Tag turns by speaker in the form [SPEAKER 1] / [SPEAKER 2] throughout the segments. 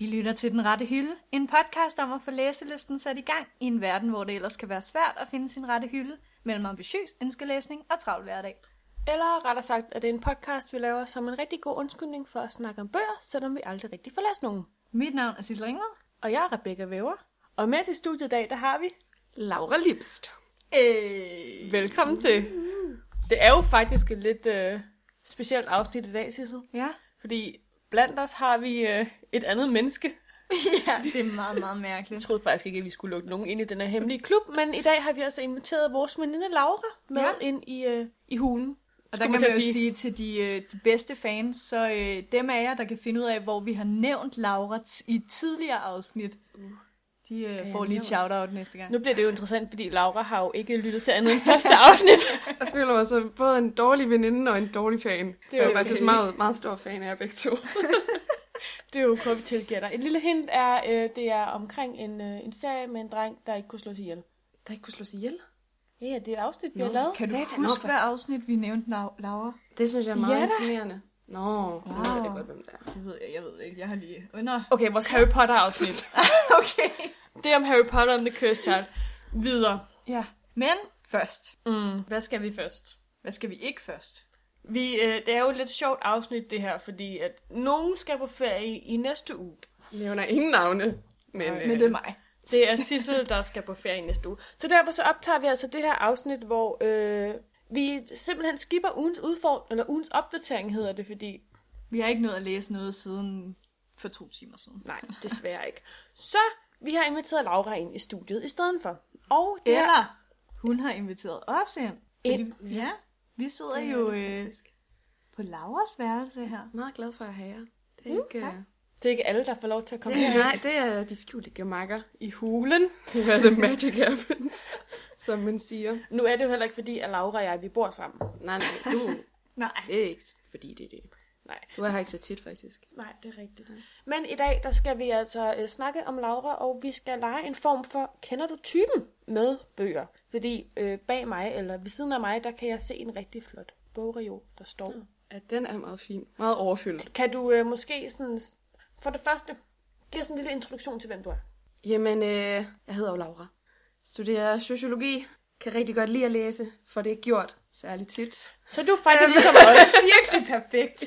[SPEAKER 1] lytter til Den Rette Hylde, en podcast om at få læselisten sat i gang i en verden, hvor det ellers kan være svært at finde sin rette hylde mellem ambitiøs ønskelæsning og travl hverdag.
[SPEAKER 2] Eller rettere sagt, at det er en podcast, vi laver som en rigtig god undskyldning for at snakke om bøger, selvom vi aldrig rigtig får læst nogen.
[SPEAKER 1] Mit navn er Sissel Ringved.
[SPEAKER 2] Og jeg er Rebecca Væver, og med os i studiet i dag, der har vi...
[SPEAKER 3] Laura Lipst.
[SPEAKER 1] Øh.
[SPEAKER 2] Velkommen til. Det er jo faktisk et lidt øh, specielt afsnit i dag, Sissel.
[SPEAKER 1] Ja.
[SPEAKER 2] Fordi blandt os har vi øh, et andet menneske.
[SPEAKER 1] ja, det er meget, meget
[SPEAKER 2] Jeg
[SPEAKER 1] mærkeligt.
[SPEAKER 2] troede faktisk ikke, at vi skulle lukke nogen ind i den her hemmelige klub, men i dag har vi altså inviteret vores veninde Laura med
[SPEAKER 1] Ja.
[SPEAKER 2] ja. ind i, øh, i hulen.
[SPEAKER 1] Og der
[SPEAKER 2] Skulle
[SPEAKER 1] kan
[SPEAKER 2] man
[SPEAKER 1] man
[SPEAKER 2] til
[SPEAKER 1] jo
[SPEAKER 2] at sige.
[SPEAKER 1] sige. sige til de, øh, de bedste fans, så øh, dem af jer, der kan finde ud af, hvor vi har nævnt Laura t- i et tidligere afsnit, de øh, får lige et
[SPEAKER 3] nævnt?
[SPEAKER 1] shout-out næste gang.
[SPEAKER 2] Nu bliver det jo interessant, fordi Laura har jo ikke lyttet til andet end første afsnit.
[SPEAKER 3] Jeg føler mig som både en dårlig veninde og en dårlig fan. Det er jeg
[SPEAKER 2] okay.
[SPEAKER 3] er faktisk meget, meget stor fan af jer begge to.
[SPEAKER 2] Det er jo kun, vi tilgiver dig. Et lille hint er, øh, det er omkring en, øh, en serie med en dreng, der ikke kunne slås ihjel.
[SPEAKER 3] Der ikke kunne slås ihjel.
[SPEAKER 2] Ja, ja, det er et afsnit, vi
[SPEAKER 3] Nå,
[SPEAKER 2] har lavet.
[SPEAKER 3] kan
[SPEAKER 1] Kan du
[SPEAKER 3] Satan,
[SPEAKER 1] huske,
[SPEAKER 3] hvorfor?
[SPEAKER 1] hvad afsnit vi nævnte Lau- Laura?
[SPEAKER 3] Det synes jeg er
[SPEAKER 2] meget
[SPEAKER 3] meget ja, imponerende. Nå, wow.
[SPEAKER 1] ved jeg
[SPEAKER 3] ved
[SPEAKER 1] da
[SPEAKER 3] jeg
[SPEAKER 1] godt,
[SPEAKER 3] godt, hvem det er.
[SPEAKER 1] Det ved jeg, jeg ved ikke. Jeg har lige... Oh, nå.
[SPEAKER 2] Okay, vores Harry Potter-afsnit.
[SPEAKER 1] Okay.
[SPEAKER 2] det er om Harry Potter and the Cursed Child. Videre.
[SPEAKER 1] Ja. Men først.
[SPEAKER 2] Mm, hvad skal vi først?
[SPEAKER 1] Hvad skal vi ikke først?
[SPEAKER 2] Vi, øh, det er jo et lidt sjovt afsnit, det her, fordi at nogen skal på ferie i næste uge.
[SPEAKER 3] Nævner ingen navne. Men, øh,
[SPEAKER 1] Men, Men det er mig.
[SPEAKER 2] Det er Sissel, der skal på ferie næste uge. Så derfor så optager vi altså det her afsnit, hvor øh, vi simpelthen skipper ugens udfordring, eller ugens opdatering hedder det, fordi
[SPEAKER 1] Vi har ikke nået at læse noget siden for to timer siden.
[SPEAKER 2] Nej, desværre ikke. Så vi har inviteret Laura ind i studiet i stedet for. Og det er
[SPEAKER 1] Eller hun har inviteret os ind.
[SPEAKER 2] Ind,
[SPEAKER 1] Fordi, ja. Vi sidder jo øh, på Lauras værelse her.
[SPEAKER 3] Meget glad for at have jer. Det er ikke,
[SPEAKER 1] tak.
[SPEAKER 3] øh,
[SPEAKER 2] det er ikke alle, der får lov til at komme
[SPEAKER 3] det, er-
[SPEAKER 2] her.
[SPEAKER 3] nej, det er de skjulte gemakker.
[SPEAKER 2] i hulen.
[SPEAKER 3] Det er the magic happens, som man siger.
[SPEAKER 2] Nu er det jo heller ikke fordi, at Laura og jeg vi bor sammen.
[SPEAKER 3] Nej, nej, du,
[SPEAKER 1] Nej.
[SPEAKER 3] det er ikke fordi det er det.
[SPEAKER 2] Nej,
[SPEAKER 3] Du er her ikke så tit, faktisk.
[SPEAKER 2] nej, det er rigtigt. Men i dag, der skal vi altså øh, snakke om Laura, og vi skal lege en form for, kender du typen med bøger? Fordi øh, bag mig, eller ved siden af mig, der kan jeg se en rigtig flot bogreol, der står.
[SPEAKER 3] Ja, den er meget fin. Meget overfyldt.
[SPEAKER 2] Kan du øh, måske sådan, for det første, give sådan en lille introduktion til, hvem du er?
[SPEAKER 3] Jamen, øh, jeg hedder jo Laura. Studerer sociologi. Kan rigtig godt lide at læse, for det er gjort særligt tit.
[SPEAKER 2] Så du er faktisk ligesom os.
[SPEAKER 1] Virkelig perfekt.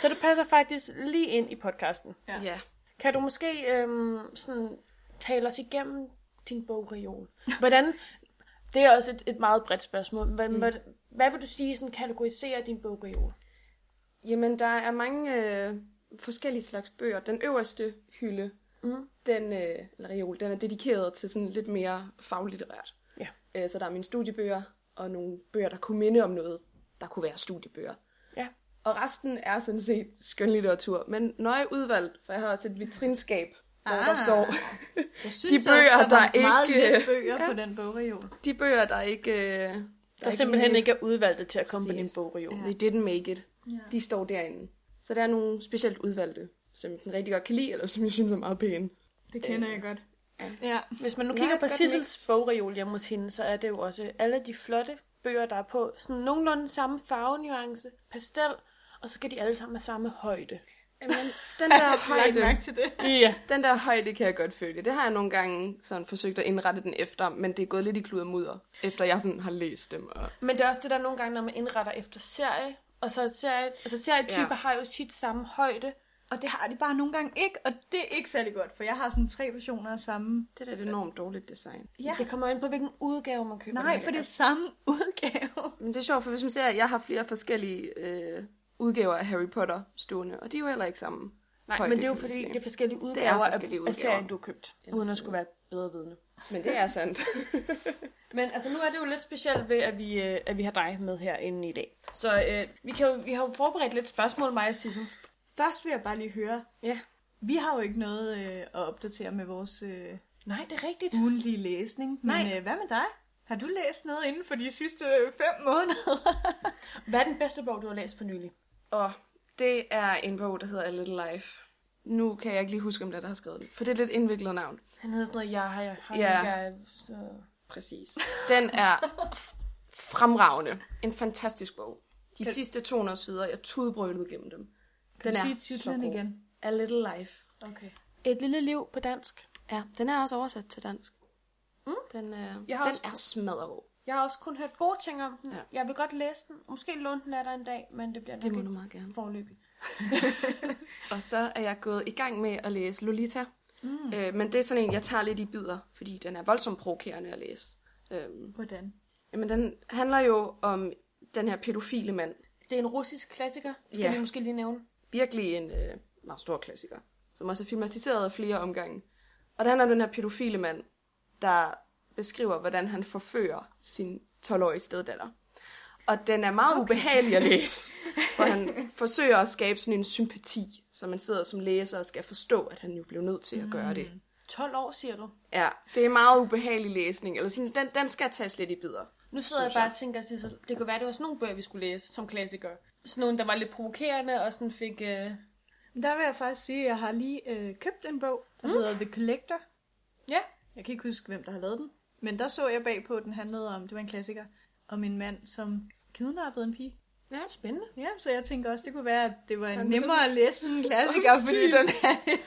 [SPEAKER 2] Så det passer faktisk lige ind i podcasten.
[SPEAKER 1] Ja.
[SPEAKER 3] ja.
[SPEAKER 2] Kan du måske øhm, sådan, tale os igennem din bogreol? Hvordan, det er også et, et meget bredt spørgsmål, men mm. hvad, hvad vil du sige, sådan kategoriserer din bogreol?
[SPEAKER 3] Jamen, der er mange øh, forskellige slags bøger. Den øverste hylde,
[SPEAKER 2] Mhm.
[SPEAKER 3] den, øh, eller reol, den er dedikeret til sådan lidt mere faglitterært.
[SPEAKER 2] Ja.
[SPEAKER 3] Øh, så der er mine studiebøger, og nogle bøger, der kunne minde om noget, der kunne være studiebøger.
[SPEAKER 2] Ja.
[SPEAKER 3] Og resten er sådan set skønlitteratur, men nøje udvalgt, for jeg har også et vitrinskab, hvor
[SPEAKER 1] Ah.
[SPEAKER 3] der står
[SPEAKER 1] Jeg
[SPEAKER 3] De bøger,
[SPEAKER 1] også, der, var
[SPEAKER 3] der
[SPEAKER 1] meget
[SPEAKER 3] ikke-
[SPEAKER 1] lidt bøger ja. på den bogreol.
[SPEAKER 3] de bøger, der ikke... Øh,
[SPEAKER 2] Der, der simpelthen
[SPEAKER 3] lige-
[SPEAKER 2] ikke er udvalgte til at komme på din
[SPEAKER 3] Præcis.
[SPEAKER 2] bogreol.
[SPEAKER 1] Ja.
[SPEAKER 2] Ja.
[SPEAKER 3] They didn't make it.
[SPEAKER 1] Ja.
[SPEAKER 3] De står derinde. Så der er nogle specielt udvalgte, som jeg rigtig godt kan lide, eller som jeg synes er meget pæne.
[SPEAKER 1] Det kender jeg godt.
[SPEAKER 3] Øh, ja.
[SPEAKER 1] Ja.
[SPEAKER 2] Hvis man nu
[SPEAKER 3] Ja,
[SPEAKER 2] kigger på
[SPEAKER 3] godt
[SPEAKER 2] Sissels
[SPEAKER 3] mix.
[SPEAKER 2] bogreol hjemme hos hende, så er det jo også alle de flotte bøger, der er på sådan nogenlunde samme farvenuance, pastel, og så skal de alle sammen have samme højde.
[SPEAKER 3] Jamen, den der højde,
[SPEAKER 1] til det.
[SPEAKER 2] Ja.
[SPEAKER 3] den der højde kan jeg godt følge. Det har jeg nogle gange sådan forsøgt at indrette den efter, men det er gået lidt i klud og mudder, efter jeg sådan har læst dem. Og...
[SPEAKER 2] Men det er også det der nogle gange, når man indretter efter serie, og så serie, altså serietyper ja.
[SPEAKER 3] Ja.
[SPEAKER 2] har jo sit samme højde.
[SPEAKER 1] Og det har de bare nogle gange ikke, og det er ikke særlig godt, for jeg har sådan tre versioner af samme.
[SPEAKER 3] Det er et enormt dårligt design.
[SPEAKER 1] Ja.
[SPEAKER 2] Det kommer ind på, hvilken udgave man køber.
[SPEAKER 1] Nej, for det er samme udgave.
[SPEAKER 3] Men det er sjovt, for hvis man ser, at jeg har flere forskellige øh, udgaver af Harry Potter stående, og de er jo heller ikke sammen.
[SPEAKER 2] Nej,
[SPEAKER 3] højde,
[SPEAKER 2] men det er jo
[SPEAKER 3] kan man
[SPEAKER 2] fordi,
[SPEAKER 3] sige.
[SPEAKER 2] det er forskellige udgaver, det er forskellige
[SPEAKER 3] forskellige
[SPEAKER 2] af, af
[SPEAKER 3] udgaver.
[SPEAKER 2] serien, du har købt, uden at skulle være bedre vidne.
[SPEAKER 3] Men det er sandt.
[SPEAKER 2] Men altså, nu er det jo lidt specielt ved, at vi, øh, at vi har dig med herinde i dag. Så øh, vi, kan jo, vi har jo forberedt lidt spørgsmål, mig og Sissel.
[SPEAKER 1] Først vil jeg bare lige høre,
[SPEAKER 3] ja.
[SPEAKER 1] vi har jo ikke noget øh, at opdatere med vores øh,
[SPEAKER 2] Nej, det er rigtigt.
[SPEAKER 1] ugenlige læsning, men
[SPEAKER 2] Nej.
[SPEAKER 1] Øh, hvad med dig? Har du læst noget inden for de sidste øh, fem måneder?
[SPEAKER 2] Hvad er den bedste bog, du har læst for nylig?
[SPEAKER 3] Og det er en bog, der hedder A Little Life. Nu kan jeg ikke lige huske, om det er, der har skrevet den, for det er et lidt indviklet navn.
[SPEAKER 2] Han hedder sådan noget, jeg har... Jeg, har,
[SPEAKER 3] Ja.
[SPEAKER 2] jeg, så...
[SPEAKER 3] Præcis. Den er f- fremragende. En fantastisk bog. De sidste 200 sider, jeg tudbrølede gennem dem. Den
[SPEAKER 1] Kan du
[SPEAKER 3] er
[SPEAKER 1] sige
[SPEAKER 3] så
[SPEAKER 1] titlen
[SPEAKER 3] god.
[SPEAKER 1] igen?
[SPEAKER 3] A Little Life. Okay.
[SPEAKER 2] Et lille liv på dansk.
[SPEAKER 3] Ja, den er også oversat til dansk.
[SPEAKER 2] Mm.
[SPEAKER 3] Den, øh,
[SPEAKER 2] Jeg har
[SPEAKER 3] den
[SPEAKER 2] også-
[SPEAKER 3] er smadret.
[SPEAKER 2] Jeg har også kun hørt gode ting om den.
[SPEAKER 3] Ja.
[SPEAKER 2] Ja. Jeg vil godt læse den. Måske låne den af dig en dag, men det bliver
[SPEAKER 3] Det
[SPEAKER 2] nok
[SPEAKER 3] må du
[SPEAKER 2] ikke
[SPEAKER 3] meget gerne.
[SPEAKER 2] forløbig.
[SPEAKER 3] Og så er jeg gået i gang med at læse Lolita. Mm. Øh, men det er sådan en, jeg tager lidt i bidder, fordi den er voldsomt provokerende at læse. Øhm,
[SPEAKER 1] Hvordan?
[SPEAKER 3] jamen, den handler jo om den her pædofile mand.
[SPEAKER 2] Det er en russisk klassiker, skal
[SPEAKER 3] Ja.
[SPEAKER 2] vi måske lige nævne.
[SPEAKER 3] Virkelig en øh, meget stor klassiker, som også er filmatiseret af flere omgange. Og der handler om den her pædofile mand, der beskriver, hvordan han forfører sin 12-årige steddatter. Og den er meget okay. ubehagelig at læse, for han forsøger at skabe sådan en sympati, så man sidder som læser og skal forstå, at han jo blev nødt til at
[SPEAKER 2] Mm.
[SPEAKER 3] gøre det.
[SPEAKER 2] 12 år, siger du.
[SPEAKER 3] Ja, det er meget ubehagelig læsning. Eller sådan, den, den skal tages lidt i bidder.
[SPEAKER 2] Nu sidder jeg
[SPEAKER 3] Synes
[SPEAKER 2] bare
[SPEAKER 3] jeg.
[SPEAKER 2] og tænker, Sissel, det kunne være, det var sådan nogle bøger, vi skulle læse som klassikere. Sådan nogle, der var lidt provokerende og sådan fik... Øh...
[SPEAKER 1] Der vil jeg faktisk sige, at jeg har lige øh, købt en bog, der mm. hedder The Collector.
[SPEAKER 2] Ja,
[SPEAKER 1] Jeg kan ikke huske, hvem der har lavet den. Men der så jeg bagpå, at den handlede om, det var en klassiker, om en mand, som kidnappede en pige.
[SPEAKER 2] ja. spændende.
[SPEAKER 1] Ja, så jeg tænker også, det kunne være, at det var en
[SPEAKER 3] Han
[SPEAKER 1] nemmere at læse en klassiker,
[SPEAKER 3] Som
[SPEAKER 1] fordi
[SPEAKER 3] stil.
[SPEAKER 1] den er lidt...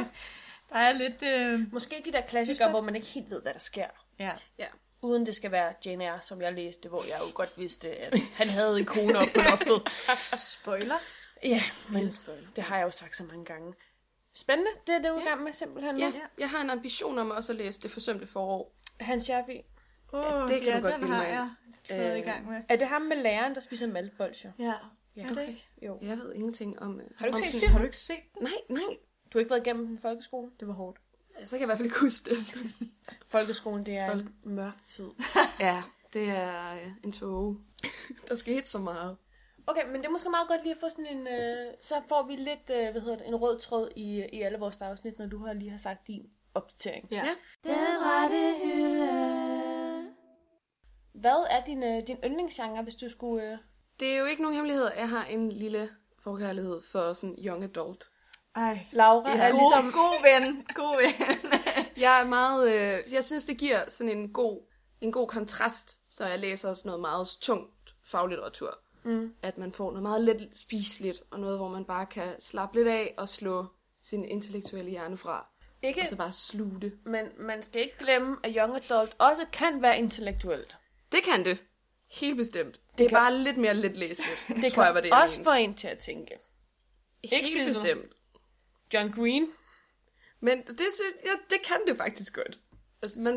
[SPEAKER 1] Øh, der er lidt... Øh,
[SPEAKER 2] Måske de der klassikere, hvor man ikke helt ved, hvad der sker.
[SPEAKER 1] ja.
[SPEAKER 3] Ja.
[SPEAKER 2] Uden det skal være Jane Eyre, som jeg læste, hvor jeg jo godt vidste, at han havde en kone op på loftet.
[SPEAKER 1] Spoiler.
[SPEAKER 2] ja, men det har jeg jo sagt så mange gange. Spændende, det er det, du er i gang med simpelthen.
[SPEAKER 3] ja.
[SPEAKER 2] nu.
[SPEAKER 3] Jeg har en ambition om også at læse Det forsømte forår.
[SPEAKER 2] Hans Jaffi.
[SPEAKER 1] Oh,
[SPEAKER 3] det kan
[SPEAKER 1] ja,
[SPEAKER 3] du godt
[SPEAKER 1] den
[SPEAKER 3] bilde
[SPEAKER 1] har
[SPEAKER 3] mig ind.
[SPEAKER 1] jeg været
[SPEAKER 3] Øh,
[SPEAKER 1] i gang med.
[SPEAKER 2] Er det ham med læreren, der spiser maltbolcher?
[SPEAKER 1] Ja,
[SPEAKER 2] Ja.
[SPEAKER 1] er det
[SPEAKER 3] Okay.
[SPEAKER 1] ikke?
[SPEAKER 2] Jo.
[SPEAKER 3] Jeg ved ingenting om... øh,
[SPEAKER 2] Har du
[SPEAKER 3] om
[SPEAKER 2] ikke set
[SPEAKER 3] sådan-
[SPEAKER 1] Har du ikke set den?
[SPEAKER 3] Nej, nej.
[SPEAKER 2] Du har ikke været igennem den folkeskole?
[SPEAKER 1] Det var hårdt.
[SPEAKER 3] Så kan jeg i hvert fald ikke huske det.
[SPEAKER 2] Folkeskolen, det er en mørk tid.
[SPEAKER 3] ja, det er øh, en tåge. der skete så meget.
[SPEAKER 2] Okay, men det er måske meget godt lige at få sådan en... Øh, så får vi lidt, øh, hvad hedder det, en rød tråd i, i alle vores afsnit, når du har lige har sagt din opdatering.
[SPEAKER 1] Ja.
[SPEAKER 3] Ja.
[SPEAKER 1] Den rette hylde.
[SPEAKER 2] Hvad er din, øh, din yndlingsgenre, hvis du skulle... Øh...
[SPEAKER 3] Det er jo ikke nogen hemmelighed. Jeg har en lille forkærlighed for sådan young adult.
[SPEAKER 1] Ej,
[SPEAKER 2] Laura
[SPEAKER 3] Ja,
[SPEAKER 2] er
[SPEAKER 3] god.
[SPEAKER 2] ligesom...
[SPEAKER 1] god ven. God ven.
[SPEAKER 3] Jeg er meget... Øh, jeg synes, det giver sådan en god, en god kontrast, så jeg læser sådan noget meget tungt faglitteratur. Mm. At man får noget meget let spiseligt, og noget, hvor man bare kan slappe lidt af og slå sin intellektuelle hjerne fra.
[SPEAKER 2] Ikke,
[SPEAKER 3] Og så bare sluge det.
[SPEAKER 2] men man skal ikke glemme, at young adult også kan være intellektuelt.
[SPEAKER 3] Det kan det. Helt bestemt. Det,
[SPEAKER 2] kan-
[SPEAKER 3] er bare lidt mere let læseligt,
[SPEAKER 2] Det
[SPEAKER 3] tror
[SPEAKER 2] kan
[SPEAKER 3] jeg, var det, jeg
[SPEAKER 2] også
[SPEAKER 3] mente.
[SPEAKER 2] få en til at tænke. ikke
[SPEAKER 3] Helt
[SPEAKER 2] Sissel.
[SPEAKER 3] bestemt.
[SPEAKER 2] John Green.
[SPEAKER 3] Men det, synes- ja, det kan det faktisk godt. Altså, man,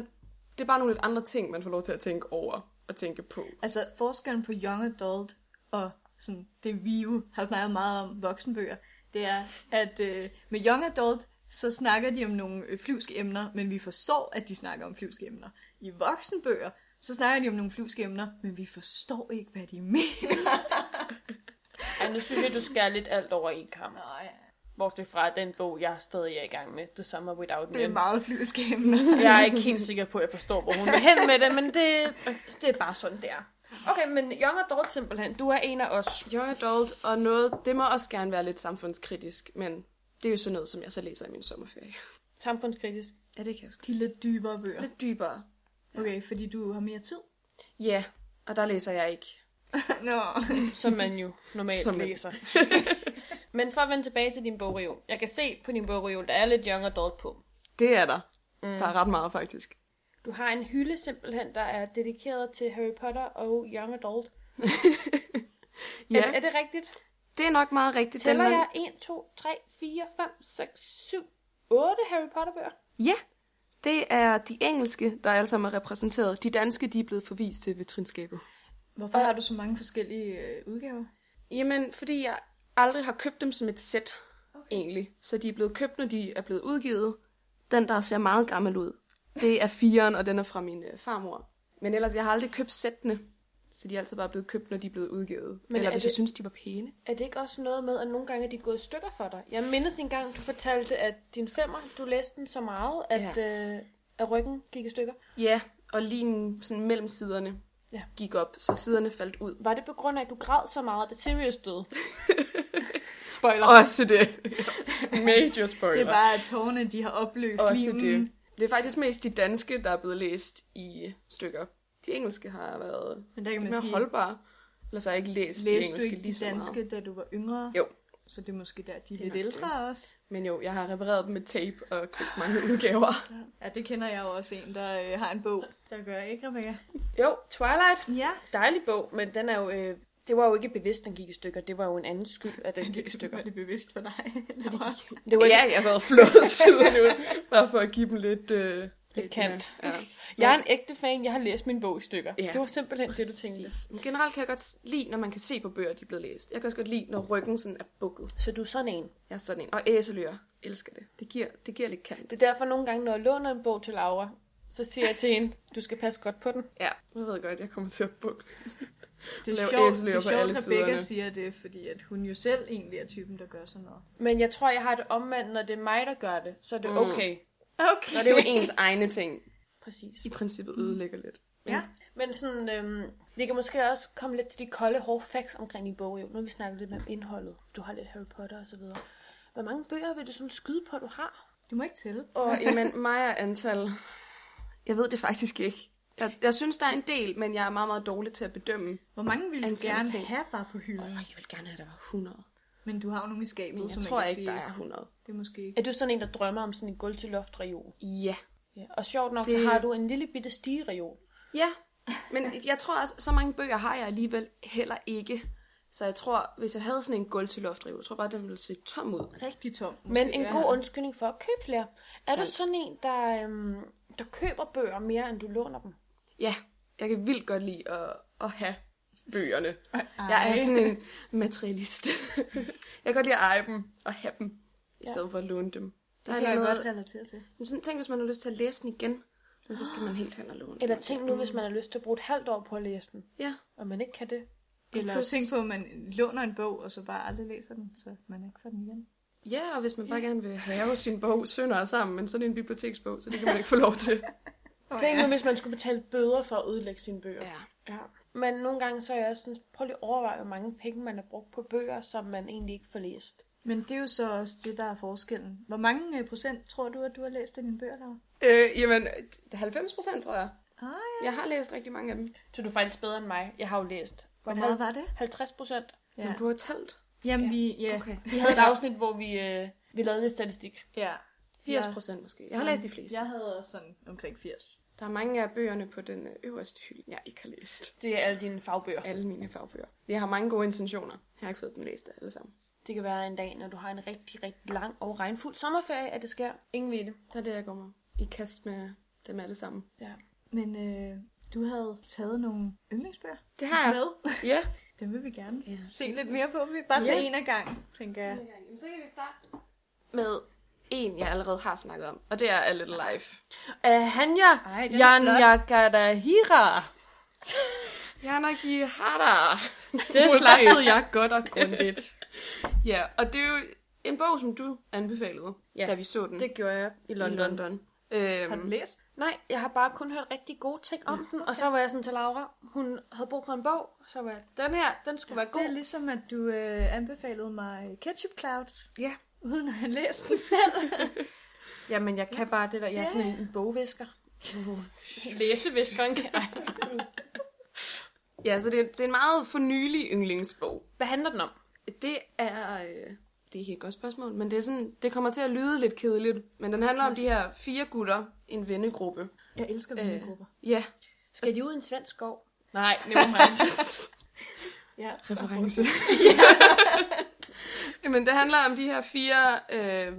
[SPEAKER 3] det er bare nogle lidt andre ting, man får lov til at tænke over og tænke på.
[SPEAKER 1] Altså, forskellen på young adult og sådan, det vi jo har snakket meget om voksenbøger, det er, at øh, med young adult, så snakker de om nogle øh, flyvske emner, men vi forstår, at de snakker om flyvske emner. I voksenbøger, så snakker de om nogle flyvske emner, men vi forstår ikke, hvad de mener.
[SPEAKER 2] Ja, nu synes jeg, du skærer lidt alt over en kamp.
[SPEAKER 1] Nej,
[SPEAKER 2] Bortset fra den bog, jeg stadig er i gang med, The Summer Without
[SPEAKER 1] det er
[SPEAKER 2] Men.
[SPEAKER 1] meget flyvske emner.
[SPEAKER 2] Jeg er ikke helt sikker på, at jeg forstår, hvor hun vil hen med det, men det, det er bare sådan, det er. Okay, men Young Adult simpelthen, du er en af os.
[SPEAKER 3] Young adult og noget, det må også gerne være lidt samfundskritisk, men det er jo sådan noget, som jeg så læser i min sommerferie.
[SPEAKER 2] Samfundskritisk.
[SPEAKER 3] Ja, det kan jeg sgu.
[SPEAKER 1] De lidt dybere bøger.
[SPEAKER 3] Lidt dybere.
[SPEAKER 1] Okay, fordi du har mere tid.
[SPEAKER 3] Ja, og der læser jeg ikke.
[SPEAKER 1] Nå.
[SPEAKER 2] Som man jo normalt
[SPEAKER 3] Som
[SPEAKER 2] som
[SPEAKER 3] man-
[SPEAKER 2] læser. Men for at vende tilbage til din bogreol. Jeg kan se på din bogreol, der er lidt young adult på.
[SPEAKER 3] Det er der. Mm. Der er ret meget, faktisk.
[SPEAKER 2] Du har en hylde simpelthen, der er dedikeret til Harry Potter og young adult.
[SPEAKER 3] Ja,
[SPEAKER 2] Er, er det rigtigt?
[SPEAKER 3] det er nok meget rigtigt.
[SPEAKER 2] Tæller
[SPEAKER 3] man-
[SPEAKER 2] jeg 1, 2, 3, 4, 5, 6, 7, 8 Harry Potter bøger?
[SPEAKER 3] Ja, det er de engelske, der alle sammen er repræsenteret. De danske, de er blevet forvist til vetrinskabet.
[SPEAKER 1] Hvorfor har du så mange forskellige øh, udgaver?
[SPEAKER 3] Jamen, fordi jeg aldrig har købt dem som et sæt, okay. egentlig. Så de er blevet købt, når de er blevet udgivet. Den, der ser meget gammel ud, det er firen, og den er fra min øh, farmor. Men ellers, jeg har aldrig købt sættene. Så de er altid bare blevet købt, når de er blevet udgivet.
[SPEAKER 2] Men
[SPEAKER 3] Men Eller
[SPEAKER 2] er
[SPEAKER 3] hvis det...
[SPEAKER 2] det-
[SPEAKER 3] jeg synes, de var pæne.
[SPEAKER 2] Er det ikke også noget med, at nogle gange er de gået i stykker for dig? Jeg mindes en gang, du fortalte, at din femmer, du læste den så meget, at, ja. øh, at ryggen gik i stykker.
[SPEAKER 3] Ja, og lige sådan mellem siderne
[SPEAKER 2] Ja.
[SPEAKER 3] gik op, så siderne faldt ud.
[SPEAKER 2] Var det på grund af, at du græd så meget, da Sirius døde? Spoiler.
[SPEAKER 3] Også det. Major spoiler.
[SPEAKER 1] Det er bare, at tårne, de har opløst
[SPEAKER 3] Også
[SPEAKER 1] limen.
[SPEAKER 3] det. Det er faktisk mest de danske, der er blevet læst i stykker. De engelske har været
[SPEAKER 1] Men der kan
[SPEAKER 3] lidt
[SPEAKER 1] man
[SPEAKER 3] mere
[SPEAKER 1] sige,
[SPEAKER 3] holdbare. Ellers har jeg ikke læst de
[SPEAKER 1] læste du
[SPEAKER 3] engelske
[SPEAKER 1] ikke
[SPEAKER 3] lige
[SPEAKER 1] de
[SPEAKER 3] så meget.
[SPEAKER 1] danske, da du var yngre?
[SPEAKER 3] Jo,
[SPEAKER 1] så det er måske der, de er
[SPEAKER 3] Det er
[SPEAKER 1] lidt
[SPEAKER 3] nok
[SPEAKER 1] ældre også.
[SPEAKER 3] Men jo, jeg har repareret dem med tape og købt mange udgaver.
[SPEAKER 1] Ja, det kender jeg jo også en, der øh, har en bog, der gør, ikke Rebecca?
[SPEAKER 2] Jo, Twilight.
[SPEAKER 1] Ja.
[SPEAKER 2] Dejlig bog, men den er jo... Øh, det var jo ikke bevidst, den gik i stykker. Det var jo en anden skyld, at den gik i
[SPEAKER 1] Det var
[SPEAKER 2] stykker.
[SPEAKER 1] det bevidst for dig.
[SPEAKER 3] Fordi de gik
[SPEAKER 2] Det var
[SPEAKER 3] ja, jeg sad og flåede siden ud, bare for at give dem lidt... Øh,
[SPEAKER 2] Lidt kant.
[SPEAKER 3] Ja.
[SPEAKER 2] Jeg er en ægte fan. Jeg har læst min bog i stykker.
[SPEAKER 3] Ja.
[SPEAKER 2] Det var simpelthen det, du tænkte.
[SPEAKER 3] Præcis. Men generelt kan jeg godt lide, når man kan se på bøger, de er blevet læst. Jeg kan også godt lide, når ryggen sådan er bukket.
[SPEAKER 2] Så du er sådan en.
[SPEAKER 3] Jeg er sådan en. Og æseløer. Elsker det. Det giver, det giver lidt kant.
[SPEAKER 2] Det er derfor nogle gange, når jeg låner en bog til Laura, så siger jeg til hende, du skal passe godt på den.
[SPEAKER 3] Ja, jeg ved godt, jeg kommer til at bukke.
[SPEAKER 1] Det er
[SPEAKER 3] Lav
[SPEAKER 1] sjovt, det
[SPEAKER 3] æseløer
[SPEAKER 1] er
[SPEAKER 3] på
[SPEAKER 1] sjovt
[SPEAKER 3] alle
[SPEAKER 1] Rebecca
[SPEAKER 3] siderne.
[SPEAKER 1] siger det, fordi at hun jo selv egentlig er typen, der gør sådan noget.
[SPEAKER 2] Men jeg tror, jeg har det omvendt, når det er mig, der gør det. Så er det
[SPEAKER 3] Mm.
[SPEAKER 2] okay.
[SPEAKER 3] Okay. Så er det jo ens egne ting.
[SPEAKER 2] Præcis.
[SPEAKER 3] I princippet ødelægger lidt.
[SPEAKER 1] Ja.
[SPEAKER 2] Men sådan, øhm, vi kan måske også komme lidt til de kolde, hårde facts omkring din bog. Jo. Nu har vi snakket lidt om indholdet. Du har lidt Harry Potter og så videre. Hvor mange bøger vil du sådan skyde på, du har?
[SPEAKER 1] Du må ikke tælle.
[SPEAKER 3] Og jamen, mig og antal... Jeg ved det faktisk ikke. Jeg, jeg synes, der er en del, men jeg er meget, meget dårlig til at bedømme.
[SPEAKER 1] Hvor mange ville du
[SPEAKER 3] Antal
[SPEAKER 1] gerne
[SPEAKER 3] ting.
[SPEAKER 1] have bare på hylden?
[SPEAKER 3] jeg vil gerne have, at der var 100.
[SPEAKER 1] Men du har jo nogle i skabet,
[SPEAKER 3] Men jeg
[SPEAKER 1] som
[SPEAKER 3] tror
[SPEAKER 1] man kan
[SPEAKER 3] ikke, der
[SPEAKER 1] sige.
[SPEAKER 3] er 100.
[SPEAKER 1] Det er måske ikke.
[SPEAKER 2] Er du sådan en, der drømmer om sådan en gulv til loft reol?
[SPEAKER 3] Ja.
[SPEAKER 2] Ja. Og sjovt nok, det...
[SPEAKER 3] Det-
[SPEAKER 2] så har du en lille bitte stigereol.
[SPEAKER 3] Ja, men jeg tror også, så mange bøger har jeg alligevel heller ikke. Så jeg tror, hvis jeg havde sådan en gulv til loftrev, jeg tror bare, den ville se tom ud.
[SPEAKER 1] Rigtig tom. Måske.
[SPEAKER 2] Men en
[SPEAKER 1] Ja.
[SPEAKER 2] god undskyldning for at købe flere. Er du
[SPEAKER 3] Sandt.
[SPEAKER 2] sådan en, der, øhm, der køber bøger mere, end du låner dem?
[SPEAKER 3] Ja, jeg kan vildt godt lide at, at have bøgerne.
[SPEAKER 1] Ej.
[SPEAKER 3] Jeg er sådan en materialist. jeg kan godt lide at eje dem og have dem, i
[SPEAKER 2] Ja.
[SPEAKER 3] stedet for at låne dem. Der
[SPEAKER 1] Det
[SPEAKER 3] er
[SPEAKER 1] kan jeg
[SPEAKER 3] noget,
[SPEAKER 1] godt relatere til.
[SPEAKER 3] Men sådan, tænk, hvis man har lyst til at læse den igen, men så skal man helt hen og låne den.
[SPEAKER 2] Eller tænk nu, hvis man har lyst til at bruge et halvt år på at læse den,
[SPEAKER 3] Ja,
[SPEAKER 2] og man ikke kan det.
[SPEAKER 1] Eller
[SPEAKER 3] Plus-
[SPEAKER 1] tænk på, at man låner en bog, og så bare aldrig læser den, så man ikke får den igen.
[SPEAKER 3] ja og hvis man bare gerne vil have sin bog sønder og sammen, men sådan en biblioteksbog, så det kan man ikke få lov til.
[SPEAKER 1] Åh,
[SPEAKER 2] Tænk nu, hvis man skulle betale bøder for at ødelægge sine bøger.
[SPEAKER 3] Ja.
[SPEAKER 2] Ja. Men nogle gange så er jeg også sådan, prøv lige at overveje, hvor mange penge man har brugt på bøger, som man egentlig ikke får læst.
[SPEAKER 1] Men det er jo så også det, der er forskellen. Hvor mange øh, procent tror du, at du har læst af dine bøger, Laura?
[SPEAKER 3] Øh, jamen, 90 procent, tror jeg.
[SPEAKER 1] Ah,
[SPEAKER 3] Jeg har læst rigtig mange af dem.
[SPEAKER 2] Så du er faktisk bedre end mig. Jeg har jo læst.
[SPEAKER 1] Hvor meget var det?
[SPEAKER 2] 50 procent.
[SPEAKER 1] Ja.
[SPEAKER 3] Men du har talt.
[SPEAKER 1] Jamen,
[SPEAKER 2] Ja.
[SPEAKER 1] vi... Ja.
[SPEAKER 3] Okay.
[SPEAKER 2] Vi havde et afsnit, hvor vi, øh, vi lavede lidt statistik.
[SPEAKER 1] ja.
[SPEAKER 3] 80 procent måske. Jeg har læst de fleste.
[SPEAKER 1] Jeg havde også sådan omkring 80.
[SPEAKER 3] Der er mange af bøgerne på den øh, øverste hylde, jeg ikke har læst.
[SPEAKER 2] Det er alle dine fagbøger.
[SPEAKER 3] Alle mine fagbøger. Jeg har mange gode intentioner. Jeg har ikke fået dem læst alle sammen.
[SPEAKER 2] Det kan være en dag, når du har en rigtig, rigtig lang og regnfuld sommerferie, at det sker. Ingen ved det.
[SPEAKER 3] Så er det, jeg kommer i kast med dem alle sammen.
[SPEAKER 2] Ja.
[SPEAKER 1] Men øh, du havde taget nogle yndlingsbøger
[SPEAKER 3] Det har jeg.
[SPEAKER 1] med.
[SPEAKER 3] Ja.
[SPEAKER 1] Dem vil vi gerne
[SPEAKER 3] Ja.
[SPEAKER 1] se lidt mere på. Vi bare tage en ad gangen, tænker jeg.
[SPEAKER 3] Jamen, så kan vi starte med en, jeg allerede har snakket om. Og det er A Little Life.
[SPEAKER 2] Uh, Hanja,
[SPEAKER 1] Ej, den er
[SPEAKER 2] Jan
[SPEAKER 1] flot.
[SPEAKER 2] Yagadahira.
[SPEAKER 3] Janaki Hara.
[SPEAKER 2] Det slagtede jeg godt og grundigt.
[SPEAKER 3] Ja, og det er jo en bog, som du anbefalede,
[SPEAKER 2] Ja.
[SPEAKER 3] ja. da vi så den
[SPEAKER 2] Det gjorde jeg i
[SPEAKER 3] i
[SPEAKER 2] London.
[SPEAKER 3] London. Øhm,
[SPEAKER 1] Har du læst?
[SPEAKER 2] Nej, jeg har bare kun hørt rigtig gode ting om den, og så var jeg sådan til Laura, hun havde brug for en bog, så var jeg, den her, den skulle være
[SPEAKER 1] Det er
[SPEAKER 2] god.
[SPEAKER 1] ligesom, at du øh, anbefalede mig Ketchup Clouds,
[SPEAKER 3] Ja.
[SPEAKER 1] uden at have læst den selv.
[SPEAKER 2] Jamen, jeg kan bare det der, jeg er sådan en, en bogvisker. Læseviskeren kan jeg.
[SPEAKER 3] Ja, så det er, det er en meget for nylig yndlingsbog.
[SPEAKER 2] Hvad handler den om?
[SPEAKER 3] Det er... Øh, det er ikke et godt spørgsmål, men det, er sådan, det kommer til at lyde lidt kedeligt. Men den handler om de her fire gutter, en vennegruppe.
[SPEAKER 1] Jeg elsker
[SPEAKER 3] Øh.
[SPEAKER 1] vennegrupper.
[SPEAKER 3] Ja.
[SPEAKER 2] Skal de ud i en svensk skov? Nej, nevermind.
[SPEAKER 1] Ja.
[SPEAKER 3] Reference. Jamen, det handler om de her fire øh,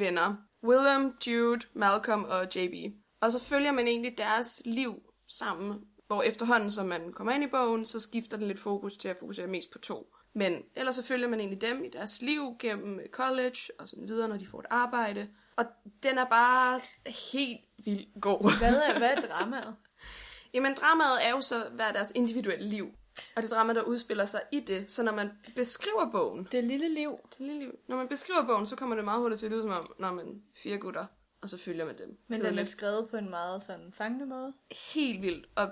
[SPEAKER 3] venner. William, Jude, Malcolm og JB. Og så følger man egentlig deres liv sammen, hvor efterhånden, som man kommer ind i bogen, så skifter den lidt fokus til at fokusere mest på to. Men ellers så følger man egentlig dem i deres liv gennem college og sådan videre, når de får et arbejde. Og den er bare helt vildt god.
[SPEAKER 1] Hvad er, hvad er dramaet?
[SPEAKER 3] Jamen, dramaet er jo så hver deres individuelle liv. Og det drama, der udspiller sig i det. Så når man beskriver bogen,
[SPEAKER 2] det lille liv.
[SPEAKER 3] det lille liv, når man beskriver bogen, så kommer det meget hurtigt til at lyde som om, når man fire gutter, og så følger man dem.
[SPEAKER 1] Men den er
[SPEAKER 3] Kedeligt.
[SPEAKER 1] skrevet på en meget sådan fangende måde.
[SPEAKER 3] helt vildt. Og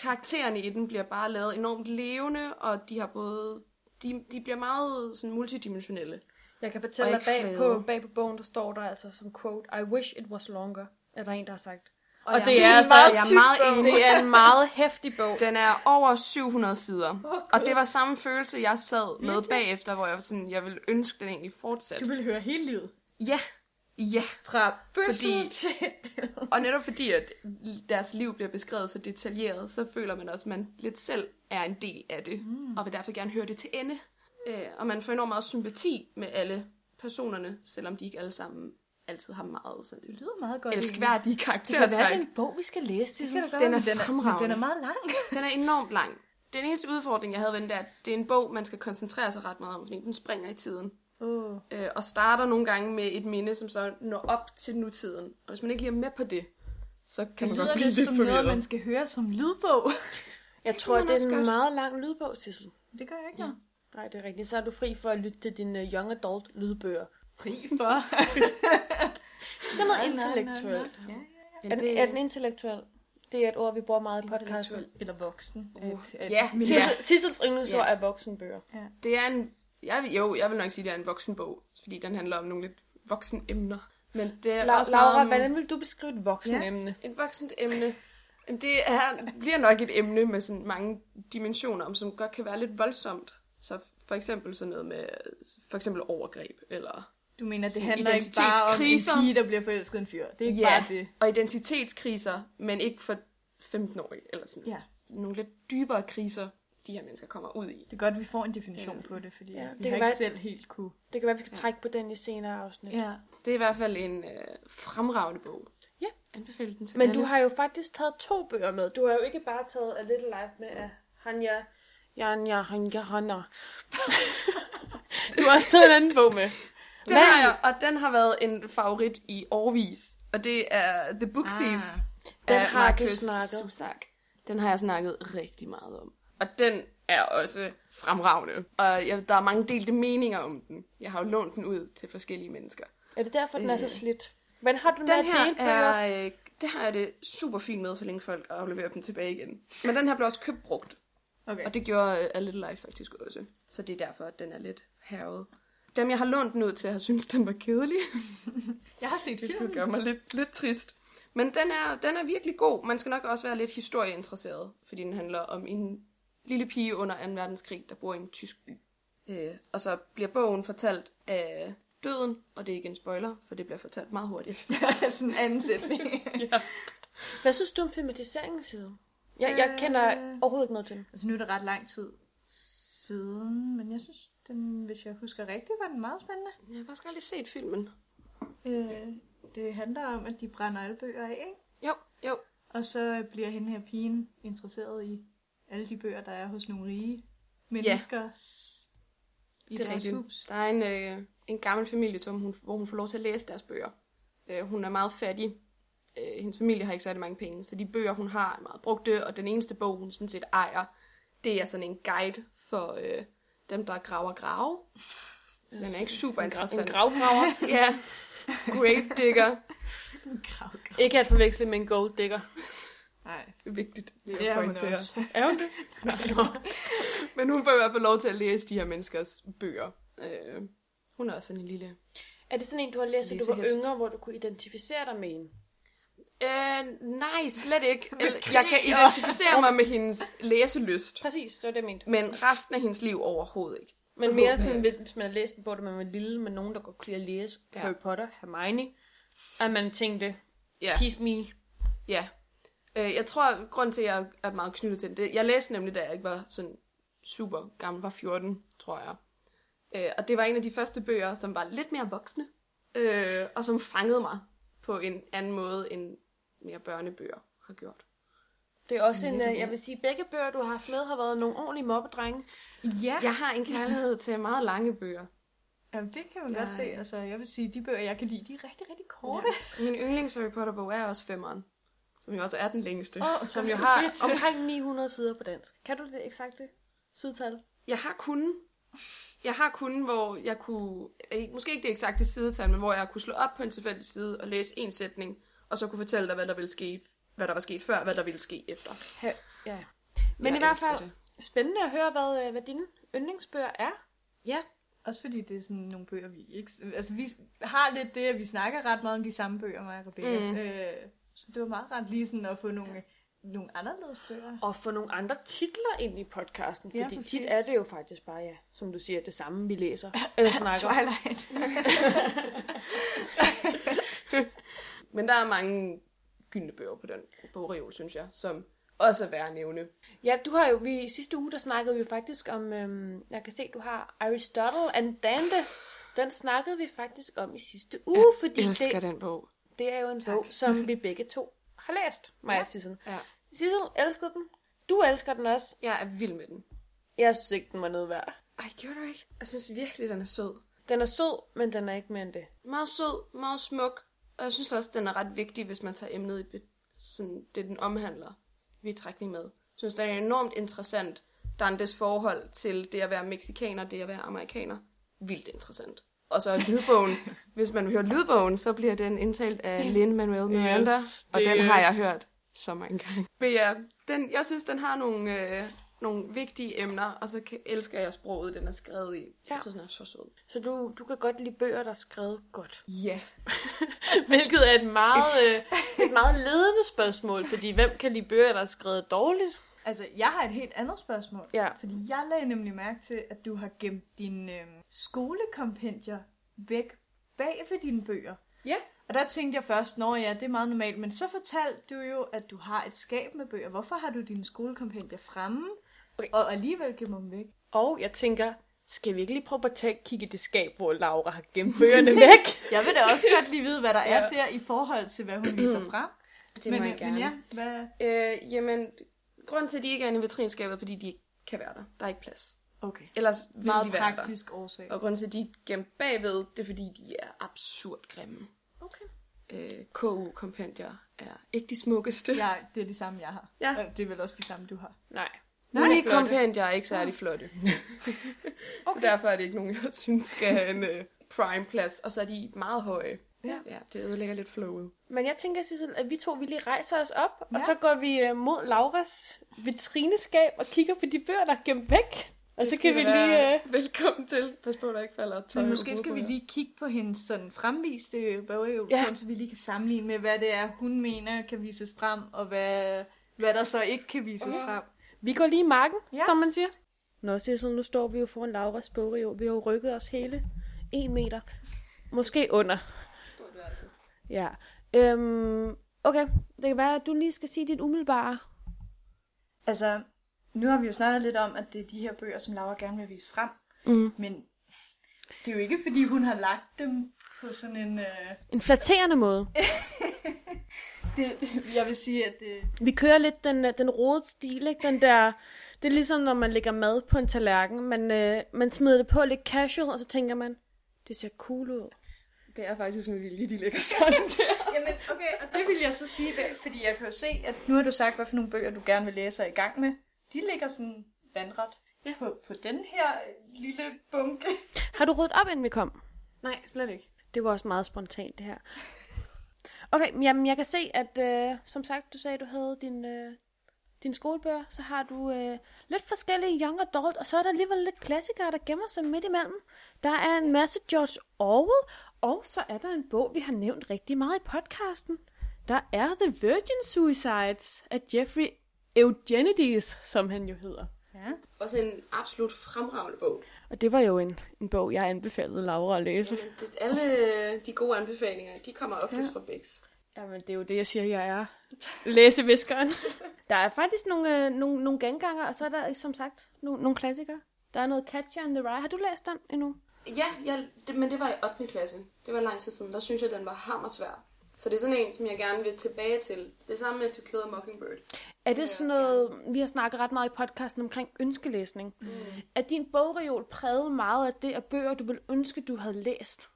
[SPEAKER 3] karaktererne i den bliver bare lavet enormt levende, og de har både... De, de bliver meget sådan multidimensionelle.
[SPEAKER 2] Jeg kan
[SPEAKER 3] Og
[SPEAKER 2] fortælle dig,
[SPEAKER 3] ikke
[SPEAKER 2] bag
[SPEAKER 3] flade.
[SPEAKER 2] på, bag på bogen, der står der altså som quote, I wish it was longer, er der en, der har sagt.
[SPEAKER 3] Og,
[SPEAKER 4] Og
[SPEAKER 3] jeg-
[SPEAKER 4] det er, altså,
[SPEAKER 2] meget
[SPEAKER 4] jeg er
[SPEAKER 2] tyk
[SPEAKER 4] meget enig. Det er en meget hæftig bog.
[SPEAKER 3] Den er over 700 sider. og det var samme følelse, jeg sad med bagefter, hvor jeg var sådan, jeg ville ønske, den egentlig
[SPEAKER 1] Du
[SPEAKER 3] fortsatte.
[SPEAKER 1] vil høre hele livet.
[SPEAKER 3] Ja, ja.
[SPEAKER 1] Fra
[SPEAKER 3] Fordi-
[SPEAKER 1] fødsel til...
[SPEAKER 3] Og netop fordi, at deres liv bliver beskrevet så detaljeret, så føler man også, at man lidt selv er en del af det, mm. og vil derfor gerne høre det til ende. Øh, og man får enormt meget sympati med alle personerne, selvom de ikke alle sammen altid har meget sådan
[SPEAKER 1] Det lyder meget godt.
[SPEAKER 3] elskværdige
[SPEAKER 2] Det kan være, det
[SPEAKER 3] karaktertræk.
[SPEAKER 2] er en bog, vi skal læse. Det
[SPEAKER 1] Det kan da godt
[SPEAKER 3] Den
[SPEAKER 1] være,
[SPEAKER 3] er
[SPEAKER 1] men den, er,
[SPEAKER 3] fremragende.
[SPEAKER 1] men den er meget lang.
[SPEAKER 3] Den er enormt lang. Den eneste udfordring, jeg havde ved den, det er, at det er en bog, man skal koncentrere sig ret meget om, fordi den springer i tiden.
[SPEAKER 1] Oh.
[SPEAKER 3] øh, og starter nogle gange med et minde, som så når op til nutiden. Og hvis man ikke lige er med på det, så kan
[SPEAKER 1] Det
[SPEAKER 3] man
[SPEAKER 1] lyder
[SPEAKER 3] godt blive
[SPEAKER 1] lidt
[SPEAKER 3] lidt
[SPEAKER 1] som noget,
[SPEAKER 3] forvirret.
[SPEAKER 1] man skal høre som lydbog.
[SPEAKER 2] Jeg tror,
[SPEAKER 3] man
[SPEAKER 2] det
[SPEAKER 3] også
[SPEAKER 2] er en
[SPEAKER 3] godt.
[SPEAKER 2] meget lang lydbog, Sissel.
[SPEAKER 1] Det gør jeg ikke noget.
[SPEAKER 2] Nej, det er rigtigt. Så er du fri for at lytte til dine øh, young adult lydbøger.
[SPEAKER 1] Fri for.
[SPEAKER 2] Det er noget
[SPEAKER 1] nej, nej, nej.
[SPEAKER 2] intellektuelt.
[SPEAKER 3] Men
[SPEAKER 2] Er, den- er den intellektuel? Det er et ord, vi bruger meget i podcasten.
[SPEAKER 3] Intellektuel.
[SPEAKER 1] Eller voksen.
[SPEAKER 3] Uh,
[SPEAKER 1] At- at-
[SPEAKER 3] ja,
[SPEAKER 1] min-
[SPEAKER 3] ja.
[SPEAKER 2] Sissel- Sissels yndlingsord
[SPEAKER 3] Ja.
[SPEAKER 2] er voksenbøger.
[SPEAKER 3] det er en... Jeg, vil- jo, jeg vil nok sige, at det er en voksenbog, fordi den handler om nogle lidt voksne emner. Men det er
[SPEAKER 2] La-
[SPEAKER 3] også meget
[SPEAKER 2] Laura,
[SPEAKER 3] om
[SPEAKER 2] hvordan vil du beskrive et voksenemne?
[SPEAKER 3] et voksent emne. Jamen, Det er, bliver nok et emne med sådan mange dimensioner, om som godt kan være lidt voldsomt. Så for eksempel sådan noget med for eksempel overgreb, eller
[SPEAKER 1] Du mener, det
[SPEAKER 3] Sådan
[SPEAKER 1] handler ikke bare om
[SPEAKER 3] identitetskriser.
[SPEAKER 1] en pige, der bliver forelsket i en fyr. Det er ikke
[SPEAKER 3] Ja.
[SPEAKER 1] bare det.
[SPEAKER 3] og identitetskriser, men ikke for 15-årige, eller sådan
[SPEAKER 1] Ja.
[SPEAKER 3] nogle lidt dybere kriser, de her mennesker kommer ud i.
[SPEAKER 1] Det er godt, at vi får en definition på det, fordi
[SPEAKER 2] Ja,
[SPEAKER 1] ja,
[SPEAKER 2] det
[SPEAKER 1] vi
[SPEAKER 2] kan
[SPEAKER 1] har ikke
[SPEAKER 2] være-
[SPEAKER 1] selv helt kunne.
[SPEAKER 2] Det kan være, vi skal trække på den i senere afsnit.
[SPEAKER 1] Ja.
[SPEAKER 3] Det er i hvert fald en øh, fremragende bog.
[SPEAKER 2] Ja.
[SPEAKER 3] Anbefaler den til
[SPEAKER 2] Men
[SPEAKER 3] alle.
[SPEAKER 2] du har jo faktisk taget to bøger med. Du har jo ikke bare taget A Little Life med af Hanja... Janja, Hanja, Hanna. du har også taget en anden bog med.
[SPEAKER 3] Den har jeg, og den har været en favorit i årvis, og det er The Book Thief
[SPEAKER 1] Ah.
[SPEAKER 2] Den
[SPEAKER 3] af
[SPEAKER 2] har du
[SPEAKER 3] Marcus
[SPEAKER 2] snakket.
[SPEAKER 3] Zusak. Den har jeg snakket rigtig meget om. Og den er også fremragende. Og jeg, der er mange delte meninger om den. Jeg har jo lånt den ud til forskellige mennesker.
[SPEAKER 2] Er det derfor, den er så slidt? Men har du Øh, den
[SPEAKER 3] Den
[SPEAKER 2] her
[SPEAKER 3] her
[SPEAKER 2] delbøger? Er...
[SPEAKER 3] er, øh, det her er det super fint med, så længe folk afleverer dem tilbage igen. Men den her blev også købt brugt,
[SPEAKER 1] Okay.
[SPEAKER 3] og det gjorde øh, A Little Life faktisk også. Så det er derfor, at den er lidt hervet. Dem, jeg har lånt den ud til, har syntes, den var kedelig.
[SPEAKER 1] Jeg har set
[SPEAKER 3] Det kunne
[SPEAKER 1] filmen.
[SPEAKER 3] gøre mig lidt, lidt trist. Men den er, den er virkelig god. Man skal nok også være lidt historieinteresseret, fordi den handler om en lille pige under 2. verdenskrig, der bor i en tysk by. Øh, og så bliver bogen fortalt af døden, og det er ikke en spoiler, for det bliver fortalt meget hurtigt.
[SPEAKER 1] Sådan en anden sætning.
[SPEAKER 2] Hvad synes du om filmatiseringen side? Jeg, jeg kender overhovedet ikke noget til den.
[SPEAKER 1] altså nu er det ret lang tid siden, men jeg synes, den, hvis jeg husker rigtigt, var den meget spændende.
[SPEAKER 3] Jeg har faktisk aldrig set filmen.
[SPEAKER 1] Øh, det handler om, at de brænder alle bøger af, ikke?
[SPEAKER 3] Jo, jo.
[SPEAKER 1] Og så bliver hende her pigen interesseret i alle de bøger, der er hos nogle rige mennesker ja, i
[SPEAKER 3] Det er
[SPEAKER 1] deres
[SPEAKER 3] rigtigt.
[SPEAKER 1] hus.
[SPEAKER 3] Der er en, øh, en gammel familie, som hun, hvor hun får lov til at læse deres bøger. Øh, hun er meget fattig. Øh, hendes familie har ikke særlig mange penge, så de bøger, hun har, er meget brugte, og den eneste bog, hun sådan set ejer, det er sådan en guide for øh, dem, der graver grave. Så den er ikke super
[SPEAKER 2] En
[SPEAKER 3] interessant.
[SPEAKER 2] gravgraver.
[SPEAKER 3] ja, grave digger.
[SPEAKER 1] Krav, krav.
[SPEAKER 2] ikke at forveksle med en gold digger.
[SPEAKER 1] Nej,
[SPEAKER 3] Det er vigtigt.
[SPEAKER 1] det er hun også.
[SPEAKER 2] Er hun det?
[SPEAKER 3] Men hun får i hvert fald lov til at læse de her menneskers bøger. Øh, hun er også sådan en lille
[SPEAKER 2] Er det sådan en, du har læst, da du var
[SPEAKER 3] Læsehest.
[SPEAKER 2] yngre, hvor du kunne identificere dig med en?
[SPEAKER 3] Øh, nej, slet ikke. Eller, jeg kan identificere mig med hendes læselyst,
[SPEAKER 2] Præcis, det var det, jeg mente.
[SPEAKER 3] men resten af hendes liv overhovedet ikke.
[SPEAKER 2] Men mere sådan, hvis hvis man har læst en bog, da man var lille, med nogen, der godt kunne lide at læse
[SPEAKER 3] Ja.
[SPEAKER 2] ja. Harry Potter, Hermione, at man tænkte,
[SPEAKER 3] Ja.
[SPEAKER 2] kiss me.
[SPEAKER 3] Ja. Øh, jeg tror, grund til, at jeg er meget knyttet til det, jeg læste nemlig, da jeg ikke var sådan super gammel, var 14, tror jeg. Øh, og det var en af de første bøger, som var lidt mere voksne, øh, og som fangede mig på en anden måde, end mere børnebøger har gjort.
[SPEAKER 2] Det er også en, øh, jeg vil sige, begge bøger, du har haft med, har været nogle ordentlige mobbedrenge.
[SPEAKER 1] Ja,
[SPEAKER 3] Jeg har en kærlighed til meget lange bøger.
[SPEAKER 1] Jamen, det kan man godt se. Altså, jeg vil sige, de bøger, jeg kan lide, de er rigtig, rigtig korte.
[SPEAKER 3] Min yndlings Harry Potter-bog er også femmeren, som jo også er den længste.
[SPEAKER 2] Oh, som jo har omkring 900 sider på dansk. Kan du det eksakte sidetal?
[SPEAKER 3] Jeg har kun, jeg har kun, hvor jeg kunne, ikke- måske ikke det eksakte sidetal, men hvor jeg kunne slå op på en tilfældig side og læse en sætning, og så kunne fortælle dig, hvad der ville ske, hvad der var sket før, hvad der ville ske efter.
[SPEAKER 2] Ha- ja. Men
[SPEAKER 3] Jeg
[SPEAKER 2] jeg i hvert
[SPEAKER 3] elsker
[SPEAKER 2] fald,
[SPEAKER 3] det.
[SPEAKER 2] spændende at høre, hvad, øh, hvad dine yndlingsbøger er.
[SPEAKER 3] Ja,
[SPEAKER 1] Også fordi det er sådan nogle bøger, vi ikke... Altså, vi har lidt det, at vi snakker ret meget om de samme bøger, mig og Rebecca.
[SPEAKER 3] Mm.
[SPEAKER 1] Mm. Øh, Så det var meget rart lige sådan at få nogle, nogle anderledes bøger.
[SPEAKER 2] Og få nogle andre titler ind i podcasten,
[SPEAKER 1] Ja,
[SPEAKER 2] fordi
[SPEAKER 1] præcis.
[SPEAKER 2] tit er det jo faktisk bare, ja, som du siger, det samme, vi læser eller snakker. om.
[SPEAKER 1] Twilight.
[SPEAKER 3] Men der er mange gyldne bøger på den bogreol, synes jeg, som også er værd at nævne.
[SPEAKER 2] Ja, du har jo, vi, sidste uge, der snakkede vi jo faktisk om, øhm, jeg kan se, du har Aristotle and Dante. Den snakkede vi faktisk om i sidste uge, ja, fordi det,
[SPEAKER 3] den bog.
[SPEAKER 2] det er jo en bog, som vi begge to har læst, Maja ja. Sissel.
[SPEAKER 3] Ja.
[SPEAKER 2] Sissel elskede den. Du elsker den også.
[SPEAKER 3] Jeg er vild med den.
[SPEAKER 2] Jeg synes ikke, den var noget værd.
[SPEAKER 3] Ej, gjorde du ikke? Jeg synes virkelig, den er sød.
[SPEAKER 2] Den er sød, men den er ikke mere end det.
[SPEAKER 3] Meget sød, meget smuk. Og jeg synes også, den er ret vigtig, hvis man tager emnet i be- sådan, det, den omhandler vi trækning med. Jeg synes, den er enormt interessant. Dantes forhold til det at være mexikaner, det at være amerikaner. Vildt interessant. Og så er lydbogen. hvis man vil høre lydbogen, så bliver den indtalt af Lin-Manuel Miranda. Yes,
[SPEAKER 2] Yes,
[SPEAKER 3] og
[SPEAKER 2] det-
[SPEAKER 3] den har jeg hørt så mange gange. Men ja, den, jeg synes, den har nogle, øh, nogle vigtige emner, og så kan, elsker jeg sproget, den er skrevet i. Ja.
[SPEAKER 2] Ja.
[SPEAKER 3] Jeg synes, den er så sød.
[SPEAKER 2] Så du, du kan godt lide bøger, der er skrevet godt.
[SPEAKER 3] Ja. Yeah.
[SPEAKER 2] Hvilket er et meget, øh, et meget ledende spørgsmål, fordi hvem kan lide bøger, der er skrevet dårligt?
[SPEAKER 1] Altså, jeg har et helt andet spørgsmål.
[SPEAKER 2] Ja.
[SPEAKER 1] Fordi jeg lagde nemlig mærke til, at du har gemt dine øh, skolekompendier væk bag ved dine bøger.
[SPEAKER 3] Ja.
[SPEAKER 1] Og der tænkte jeg først, nå ja, det er meget normalt, men så fortalte du jo, at du har et skab med bøger. Hvorfor har du dine skolekompendier fremme,
[SPEAKER 2] Okay.
[SPEAKER 1] og alligevel gemmer dem væk?
[SPEAKER 2] Og jeg tænker, skal vi ikke lige prøve at tage- kigge i det skab, hvor Laura har gemt bøgerne væk?
[SPEAKER 1] Jeg vil da også godt lige vide, hvad der er der i forhold til, hvad hun viser frem.
[SPEAKER 3] Det
[SPEAKER 1] men,
[SPEAKER 3] må jeg
[SPEAKER 1] øh,
[SPEAKER 3] gerne.
[SPEAKER 1] men ja, hvad...
[SPEAKER 3] Øh, jamen, grunden til, at de ikke er inde i vitrinskabet, er, fordi de ikke kan være der. Der er ikke plads.
[SPEAKER 1] Okay.
[SPEAKER 3] Ellers ville
[SPEAKER 1] Meget
[SPEAKER 3] de være
[SPEAKER 1] praktisk årsag.
[SPEAKER 3] der. Og grunden til, at de er gemt bagved, det er, fordi de er absurd grimme.
[SPEAKER 1] Okay.
[SPEAKER 3] Øh, KU-kompendier er ikke de smukkeste.
[SPEAKER 1] Ja, det er de samme, jeg har.
[SPEAKER 3] Ja.
[SPEAKER 1] Og Det er vel også de samme, du har.
[SPEAKER 2] Nej.
[SPEAKER 3] Unique
[SPEAKER 2] flotte.
[SPEAKER 3] kompendier er ikke særlig flotte. okay. Så derfor er det ikke nogen, jeg synes skal have en øh, prime-plads. Og så er de meget høje.
[SPEAKER 2] Ja.
[SPEAKER 3] ja det ødelægger lidt flowet.
[SPEAKER 2] Men jeg tænker, Sissel, at vi to vi lige rejser os op, ja.
[SPEAKER 1] Ja.
[SPEAKER 2] og så går vi øh, mod Lauras vitrineskab og kigger på de bøger, der er gemt væk. Og så kan vi lige... Øh,
[SPEAKER 3] Velkommen til. Pas på, der ikke falder tøj
[SPEAKER 1] Men
[SPEAKER 3] og
[SPEAKER 1] måske skal vi
[SPEAKER 3] hovedpuder.
[SPEAKER 1] lige kigge på hendes sådan fremviste bogøvel,
[SPEAKER 2] Ja.
[SPEAKER 1] ja. så vi lige kan sammenligne med, hvad det er, hun mener kan vises frem, og hvad, hvad der så ikke kan vises uh. frem.
[SPEAKER 2] vi går lige i marken, ja.
[SPEAKER 1] Ja.
[SPEAKER 2] som man siger. Nå, Sissel, nu står vi jo foran Lauras bogreol. Vi har jo rykket os hele en meter. Måske under.
[SPEAKER 3] Stort værelse.
[SPEAKER 2] Ja. Øhm, okay, det kan være, at du lige skal sige dit umiddelbare.
[SPEAKER 1] Altså, nu har vi jo snakket lidt om, at det er de her bøger, som Laura gerne vil vise frem.
[SPEAKER 2] Mm.
[SPEAKER 1] Men det er jo ikke, fordi hun har lagt dem på sådan en... Øh,
[SPEAKER 2] En flatterende måde.
[SPEAKER 1] det, jeg vil sige, at det,
[SPEAKER 2] Vi kører lidt den, øh, den rode stil, ikke? Den der, det er ligesom, når man lægger mad på en tallerken. Man, øh, man smider det på lidt casual, og så tænker man, det ser cool ud.
[SPEAKER 3] Det er faktisk med vilje, de ligger sådan der.
[SPEAKER 1] Jamen, okay, og det vil jeg så sige, det, fordi jeg kan jo se, at nu har du sagt, hvad for nogle bøger, du gerne vil læse og i gang med. De ligger sådan vandret ja. på, på den her øh, lille bunke.
[SPEAKER 2] Har du ryddet op, inden vi kom?
[SPEAKER 3] Nej, slet ikke.
[SPEAKER 2] Det var også meget spontant, det her. Okay, men jamen jeg kan se, at øh, som sagt, du sagde, du havde din, øh, din skolebøger, så har du øh, lidt forskellige young adult, og så er der alligevel lidt klassikere, der gemmer sig midt imellem. Der er en masse George Orwell, og så er der en bog, vi har nævnt rigtig meget i podcasten. Der er The Virgin Suicides af Jeffrey Eugenides, som han jo hedder.
[SPEAKER 1] Ja.
[SPEAKER 3] Også en absolut fremragende bog.
[SPEAKER 2] Og det var jo en, en bog, jeg anbefalede Laura at læse.
[SPEAKER 3] Men det, alle øh, de gode anbefalinger, de kommer oftest ja. fra Bix.
[SPEAKER 2] Jamen, det er jo det, jeg siger, jeg er. Læseviskeren. der er faktisk nogle, øh, nogle, nogle genganger, og så er der, som sagt, nogle, nogle klassikere. Der er noget Catcher in the Rye. Har du læst den endnu?
[SPEAKER 3] Ja, jeg, det, men det var i 8. klasse. Det var lang tid siden. Der synes jeg, den var hammersvær. Så det er sådan en, som jeg gerne vil tilbage til. Det samme med To Kill a Mockingbird.
[SPEAKER 2] Er
[SPEAKER 3] vil
[SPEAKER 2] det
[SPEAKER 3] jeg
[SPEAKER 2] sådan
[SPEAKER 3] også
[SPEAKER 2] noget, vi har snakket ret meget i podcasten omkring ønskelæsning? Mm. Er din bogreol præget meget af det af bøger, du ville ønske, du havde læst?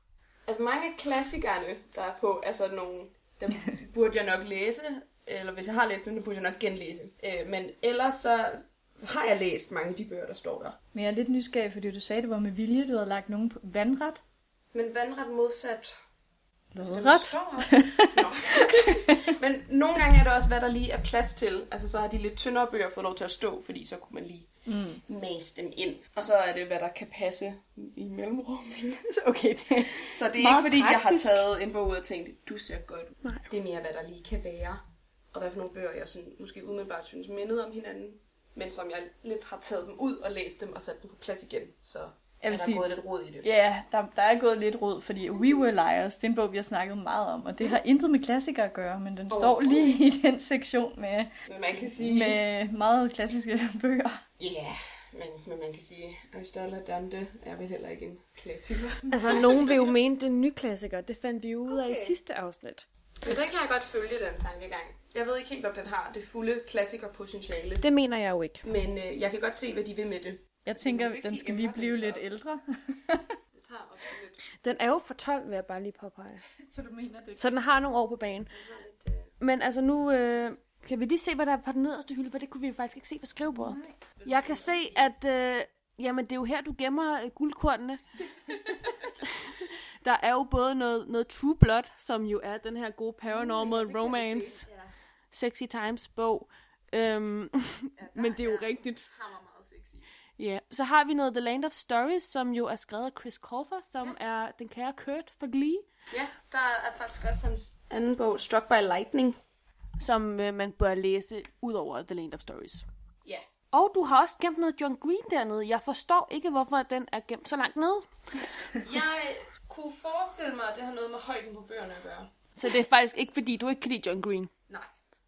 [SPEAKER 3] Altså mange af klassikerne, der er på, er sådan nogle, dem burde jeg nok læse, eller hvis jeg har læst dem, dem burde jeg nok genlæse. Øh, men ellers så har jeg læst mange af de bøger, der står der.
[SPEAKER 1] Men jeg er lidt nysgerrig, fordi du sagde, at det var med vilje, du havde lagt nogen på vandret.
[SPEAKER 3] Men vandret modsat
[SPEAKER 2] Lodret.
[SPEAKER 3] Men nogle gange er det også, hvad der lige er plads til. Altså, så har de lidt tyndere bøger fået lov til at stå, fordi så kunne man lige mm. mase dem ind. Og så er det, hvad der kan passe i mellemrummet.
[SPEAKER 1] Okay, det
[SPEAKER 3] Så det er
[SPEAKER 1] Meget
[SPEAKER 3] ikke, fordi jeg har
[SPEAKER 1] praktisk.
[SPEAKER 3] taget en bog ud og tænkt, du ser godt ud. Det er mere, hvad der lige kan være. Og hvad for nogle bøger, jeg sådan, måske umiddelbart synes mindede om hinanden. Men som jeg lidt har taget dem ud og læst dem og sat dem på plads igen. Så er
[SPEAKER 1] vil
[SPEAKER 3] der
[SPEAKER 1] sige-
[SPEAKER 3] gået lidt rod i det.
[SPEAKER 1] Ja, der, der er gået lidt rod, fordi We Were Liars, det er en bog, vi har snakket meget om, og det har intet med klassikere at gøre, men den står lige i den sektion med,
[SPEAKER 3] Men man kan sige...
[SPEAKER 1] med meget klassiske bøger.
[SPEAKER 3] Ja, yeah, men, men man kan sige, at Aristotle og Dante er vel heller ikke en klassiker.
[SPEAKER 2] Altså, nogen vil jo mene, det er en ny klassiker. Det fandt vi jo ud af okay. i
[SPEAKER 3] Okay.
[SPEAKER 2] sidste afsnit.
[SPEAKER 3] Men den kan jeg godt følge, den tankegang. Jeg ved ikke helt, om den har det fulde klassikerpotentiale,
[SPEAKER 2] Det mener jeg jo ikke.
[SPEAKER 3] men øh, jeg kan godt se, hvad de vil med det.
[SPEAKER 1] Jeg tænker,
[SPEAKER 3] vigtige
[SPEAKER 1] den skal
[SPEAKER 3] emner,
[SPEAKER 1] lige
[SPEAKER 3] den
[SPEAKER 1] blive
[SPEAKER 3] tager
[SPEAKER 1] lidt
[SPEAKER 3] op.
[SPEAKER 1] ældre.
[SPEAKER 3] Det tager op lidt.
[SPEAKER 2] Den er jo for 12, vil jeg bare lige påpege.
[SPEAKER 1] Så du mener det?
[SPEAKER 2] Så den har nogle år på banen. Men altså nu, øh, kan vi lige se, hvad der er på den nederste hylde, for det kunne vi jo faktisk ikke se på skrivebordet. Jeg kan se, at øh, jamen, det er jo her, du gemmer øh, guldkornene. der er jo både noget, noget True Blood, som jo er den her gode paranormal mm, romance,
[SPEAKER 3] Ja,
[SPEAKER 2] Sexy Times bog. Øhm,
[SPEAKER 3] ja,
[SPEAKER 2] men det er jo rigtigt.
[SPEAKER 3] Hammer meget sexy.
[SPEAKER 2] Ja, så har vi noget The Land of Stories, som jo er skrevet af Chris Colfer, som ja. er den kære Kurt fra Glee,
[SPEAKER 3] Ja, der er faktisk også hans anden bog, Struck by Lightning.
[SPEAKER 2] som øh, man bør læse ud over The Land of Stories.
[SPEAKER 3] Ja.
[SPEAKER 2] Og du har også gemt noget John Green dernede. Jeg forstår ikke, hvorfor den er gemt så langt nede.
[SPEAKER 3] Jeg kunne forestille mig, at det har noget med højden på bøgerne at gøre.
[SPEAKER 2] Så det er faktisk ikke, fordi du ikke kan lide John Green.
[SPEAKER 3] Nej.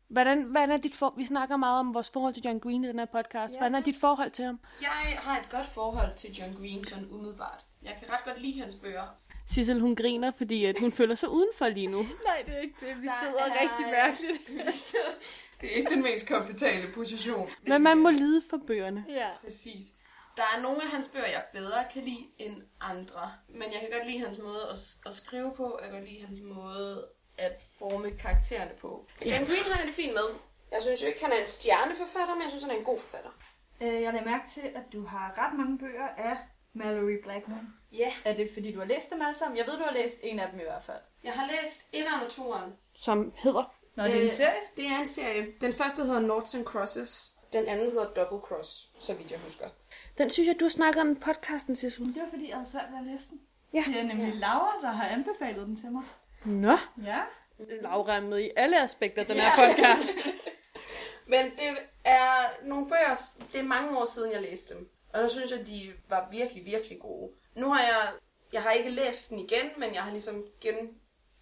[SPEAKER 2] Hvordan, hvordan er dit for... Vi snakker meget om vores forhold til John Green i den her podcast. Ja. Hvordan er dit forhold til ham?
[SPEAKER 3] Jeg har et godt forhold til John Green, sådan umiddelbart. Jeg kan ret godt lide hans bøger.
[SPEAKER 2] Sissel, hun griner, fordi at hun føler sig udenfor lige nu.
[SPEAKER 1] Nej, det er ikke det. Vi
[SPEAKER 3] Der
[SPEAKER 1] sidder
[SPEAKER 3] er-
[SPEAKER 1] rigtig mærkeligt.
[SPEAKER 3] det er ikke den mest komfortable position.
[SPEAKER 2] Men man må lide for bøgerne.
[SPEAKER 1] Ja.
[SPEAKER 3] Præcis. Der er nogle af hans bøger, jeg bedre kan lide end andre. Men jeg kan godt lide hans måde at, s- at skrive på, og jeg kan godt lide hans måde at forme karaktererne på. John Green har jeg det fint med. Jeg synes jo ikke, han er en stjerneforfatter, men jeg synes, han er en god forfatter.
[SPEAKER 1] Øh, jeg lader mærke til, at du har ret mange bøger af Mallory Blackmon.
[SPEAKER 3] Ja.
[SPEAKER 1] Er det, fordi du har læst dem alle sammen? Jeg ved, du har læst en af dem i hvert fald.
[SPEAKER 3] Jeg har læst et og toeren.
[SPEAKER 2] Som hedder...
[SPEAKER 1] Nå, det er en
[SPEAKER 3] Øh,
[SPEAKER 1] serie?
[SPEAKER 3] Det er en serie. Den første hedder Noughts and Crosses. Den anden hedder Double Cross, så vidt jeg husker.
[SPEAKER 2] Den synes jeg, du har snakket om i podcasten, Sissel.
[SPEAKER 1] Det var, fordi jeg havde svært ved at læse den.
[SPEAKER 2] Ja.
[SPEAKER 1] Det er nemlig Laura, der har anbefalet den til mig.
[SPEAKER 2] Nå.
[SPEAKER 1] Ja.
[SPEAKER 2] Laura er med i alle aspekter af den her podcast.
[SPEAKER 3] Men det er nogle bøger, det er mange år siden, jeg læste dem. Og der synes jeg, de var virkelig, virkelig gode. Nu har jeg, jeg har ikke læst den igen, men jeg har ligesom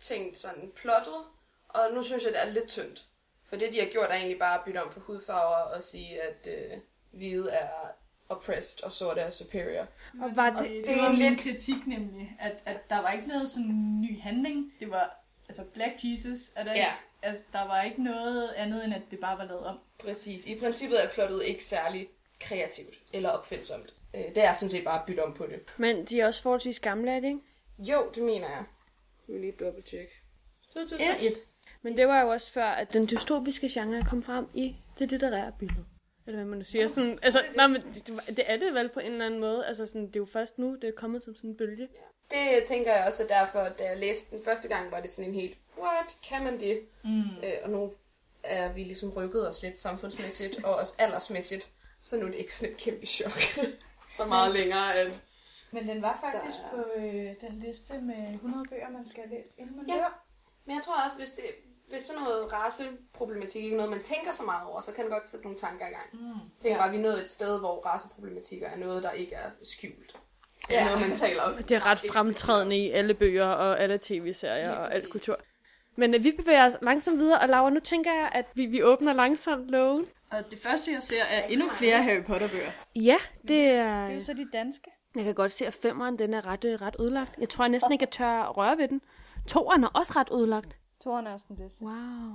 [SPEAKER 3] gentænkt sådan plottet. Og nu synes jeg, det er lidt tyndt. For det, de har gjort, er egentlig bare at bytte om på hudfarver og sige, at øh, hvide er oppressed, og sorte er superior.
[SPEAKER 2] Og var
[SPEAKER 1] Og
[SPEAKER 2] det...
[SPEAKER 1] det,
[SPEAKER 3] det
[SPEAKER 1] det
[SPEAKER 3] er
[SPEAKER 1] var
[SPEAKER 3] en
[SPEAKER 1] min
[SPEAKER 3] lidt-
[SPEAKER 1] kritik nemlig, at, at der var ikke noget sådan ny handling. Det var, altså Black Jesus, er der,
[SPEAKER 3] Ja.
[SPEAKER 1] ikke, altså, der var ikke noget andet, end at det bare var lavet om.
[SPEAKER 3] Præcis. I princippet er plottet ikke særlig kreativt eller opfindsomt. Øh, Det er sådan set bare at bytte om på det.
[SPEAKER 2] Men de er også forholdsvis gamle, er det ikke?
[SPEAKER 3] Jo, det mener jeg. Vi vil lige dobbelt tjekke.
[SPEAKER 2] 2001. Men det var jo også før, at den dystopiske genre kom frem i det litterære billede. Eller hvad man nu siger. Oh, sådan, altså, det, nej, men det, det er det vel på en eller anden måde. Altså, sådan, det er jo først nu, det er kommet som sådan en bølge.
[SPEAKER 3] Det tænker jeg også er derfor, da jeg læste den første gang, var det sådan en helt, what, kan man det? Mm. Øh, og nu er vi ligesom rykket os lidt samfundsmæssigt og også aldersmæssigt, så nu er det ikke sådan et kæmpe chok. så meget længere, at...
[SPEAKER 1] Men den var
[SPEAKER 3] faktisk Der-
[SPEAKER 1] på øh, den liste med 100 bøger, man skal have læst, inden man
[SPEAKER 3] Ja. dør. Men jeg tror også, hvis, det, hvis sådan noget raceproblematik ikke er noget, man tænker så meget over, så kan det godt sætte nogle tanker i gang. Mm. Tænk ja. bare, at vi er nået et sted, hvor raceproblematikker er noget, der ikke er skjult. Det er ja. noget, man taler om.
[SPEAKER 2] Det er ret fremtrædende i alle bøger og alle tv-serier og alt
[SPEAKER 3] præcis.
[SPEAKER 2] kultur. Men øh, vi bevæger os langsomt videre, og Laura, nu tænker jeg, at vi, vi åbner langsomt lågen.
[SPEAKER 1] Og det første, jeg ser, er endnu flere Harry Potter-bøger.
[SPEAKER 2] Ja, det er...
[SPEAKER 1] Det er jo så de danske.
[SPEAKER 2] Jeg kan godt se, at femeren den er ret, øh, ret ødelagt. Jeg tror jeg næsten ikke, jeg tør røre ved den. Toeren er også ret ødelagt.
[SPEAKER 1] Toren er også den bedste.
[SPEAKER 2] Wow.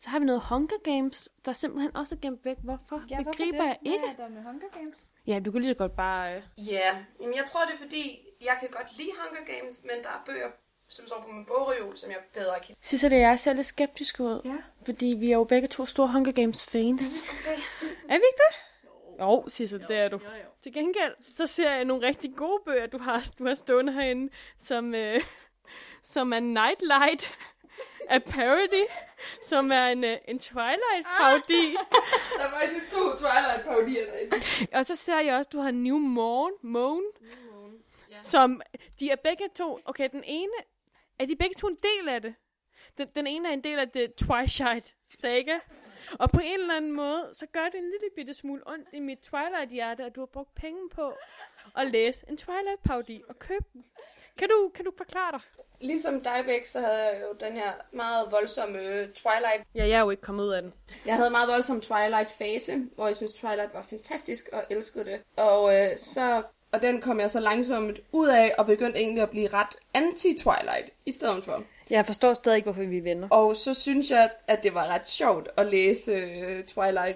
[SPEAKER 2] Så har vi noget Hunger Games, der simpelthen også er gemt væk. Hvorfor? Ja, hvorfor begriber jeg ikke.
[SPEAKER 1] der med Hunger Games?
[SPEAKER 2] Ja, du kan lige så godt bare... Øh...
[SPEAKER 3] Ja, Jamen, jeg tror, det er fordi, jeg kan godt lide Hunger Games, men der er bøger, som står på min bogreol, som jeg bedre kan
[SPEAKER 2] Synes jeg, det er jeg selv lidt skeptisk ud.
[SPEAKER 1] Ja. Mhm,
[SPEAKER 2] Fordi vi er jo begge to store Hunger Games fans. er vi ikke det? Jo, Sissel, det er du.
[SPEAKER 1] Jo, jo.
[SPEAKER 2] Til gengæld, så ser jeg nogle rigtig gode bøger, du har, du har stående herinde, som, øh, som er Nightlight af Parody, som er en, øh, en
[SPEAKER 1] Ah.
[SPEAKER 2] Twilight-parodi.
[SPEAKER 5] Der er faktisk to Twilight-parodier derinde.
[SPEAKER 2] Og så ser jeg også, du har New Moon, Moon
[SPEAKER 5] ja.
[SPEAKER 2] som de er begge to... Okay, den ene... Er de begge to en del af det? Den, den ene er en del af det Twilight saga. Og på en eller anden måde, så gør det en lille bitte smule ondt i mit Twilight-hjerte, at du har brugt penge på at læse en Twilight-parodi og købe den. Kan du, kan du forklare dig?
[SPEAKER 3] Ligesom dig, Bæk, så havde jeg jo den her meget voldsomme øh, Twilight.
[SPEAKER 2] Ja, jeg er jo ikke kommet ud af den.
[SPEAKER 3] Jeg havde en meget voldsom Twilight-fase, hvor jeg synes Twilight var fantastisk og elskede det. Og øh, så og den kom jeg så langsomt ud af og begyndte egentlig at blive ret anti-Twilight i stedet for.
[SPEAKER 6] Jeg forstår stadig ikke, hvorfor vi er venner.
[SPEAKER 3] Og så synes jeg, at det var ret sjovt at læse øh,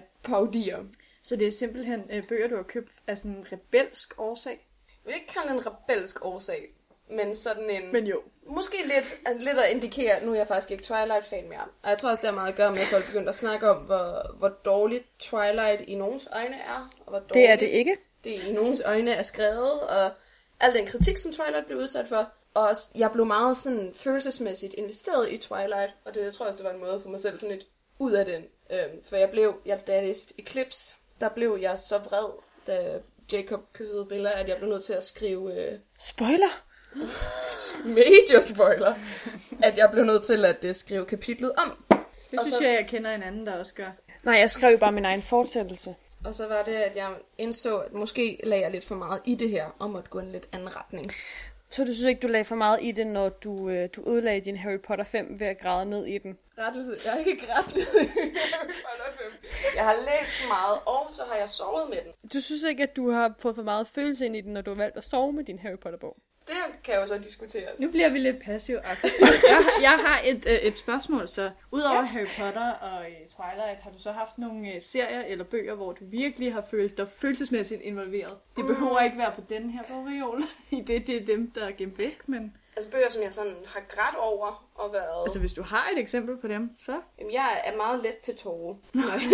[SPEAKER 3] Twilight-paudier.
[SPEAKER 1] Så det er simpelthen øh, bøger, du har købt af sådan en rebelsk årsag.
[SPEAKER 3] Jeg vil ikke kalde det en rebelsk årsag, men sådan en...
[SPEAKER 1] Men jo,
[SPEAKER 3] Måske lidt, lidt at indikere, at nu er jeg faktisk ikke Twilight-fan mere. Og jeg tror også, det har meget at gøre med, at folk begyndte at snakke om, hvor, hvor dårligt Twilight i nogens øjne er. Og hvor dårligt
[SPEAKER 6] Det er det ikke.
[SPEAKER 3] det i nogens øjne er skrevet, og al den kritik, som Twilight blev udsat for. Og også, jeg blev meget sådan følelsesmæssigt investeret i Twilight, og det jeg tror jeg også, det var en måde for mig selv sådan lidt ud af den. Øhm, for jeg blev, jeg, da jeg læste Eclipse, der blev jeg så vred, da Jacob kyssede Bella, at jeg blev nødt til at skrive øh,
[SPEAKER 6] Spoiler!
[SPEAKER 3] major spoiler. at jeg blev nødt til at øh, skrive kapitlet om.
[SPEAKER 1] det
[SPEAKER 3] Og
[SPEAKER 1] synes
[SPEAKER 3] så-
[SPEAKER 1] jeg, jeg kender en anden, der også gør.
[SPEAKER 6] Nej, jeg skrev jo bare min egen fortsættelse.
[SPEAKER 3] Og så var det, at jeg indså, at måske lagde jeg lidt for meget i det her, og måtte gå en lidt anden retning.
[SPEAKER 6] Så du synes ikke, du lagde for meget i det, når du, øh, du ødelagde din Harry Potter 5 ved at græde ned i den?
[SPEAKER 3] Rettelse. Jeg har ikke rettet Harry Potter 5. Jeg har læst meget, og så har jeg sovet med den.
[SPEAKER 2] Du synes ikke, at du har fået for meget følelse ind i den, når du har valgt at sove med din Harry Potter-bog?
[SPEAKER 3] Det kan jo så diskuteres.
[SPEAKER 1] Nu bliver vi lidt passiv jeg, jeg har et, øh, et spørgsmål, så udover ja. Harry Potter og øh, Twilight, har du så haft nogle øh, serier eller bøger, hvor du virkelig har følt dig følelsesmæssigt involveret? Det behøver ikke være på den her bogreol, i det, det er dem, der er gemt væk, men
[SPEAKER 3] Altså bøger, som jeg sådan har grædt over og været...
[SPEAKER 1] altså
[SPEAKER 3] Altså,
[SPEAKER 1] hvis du har et eksempel på dem, så,
[SPEAKER 3] Jamen, jeg er meget let til tårer.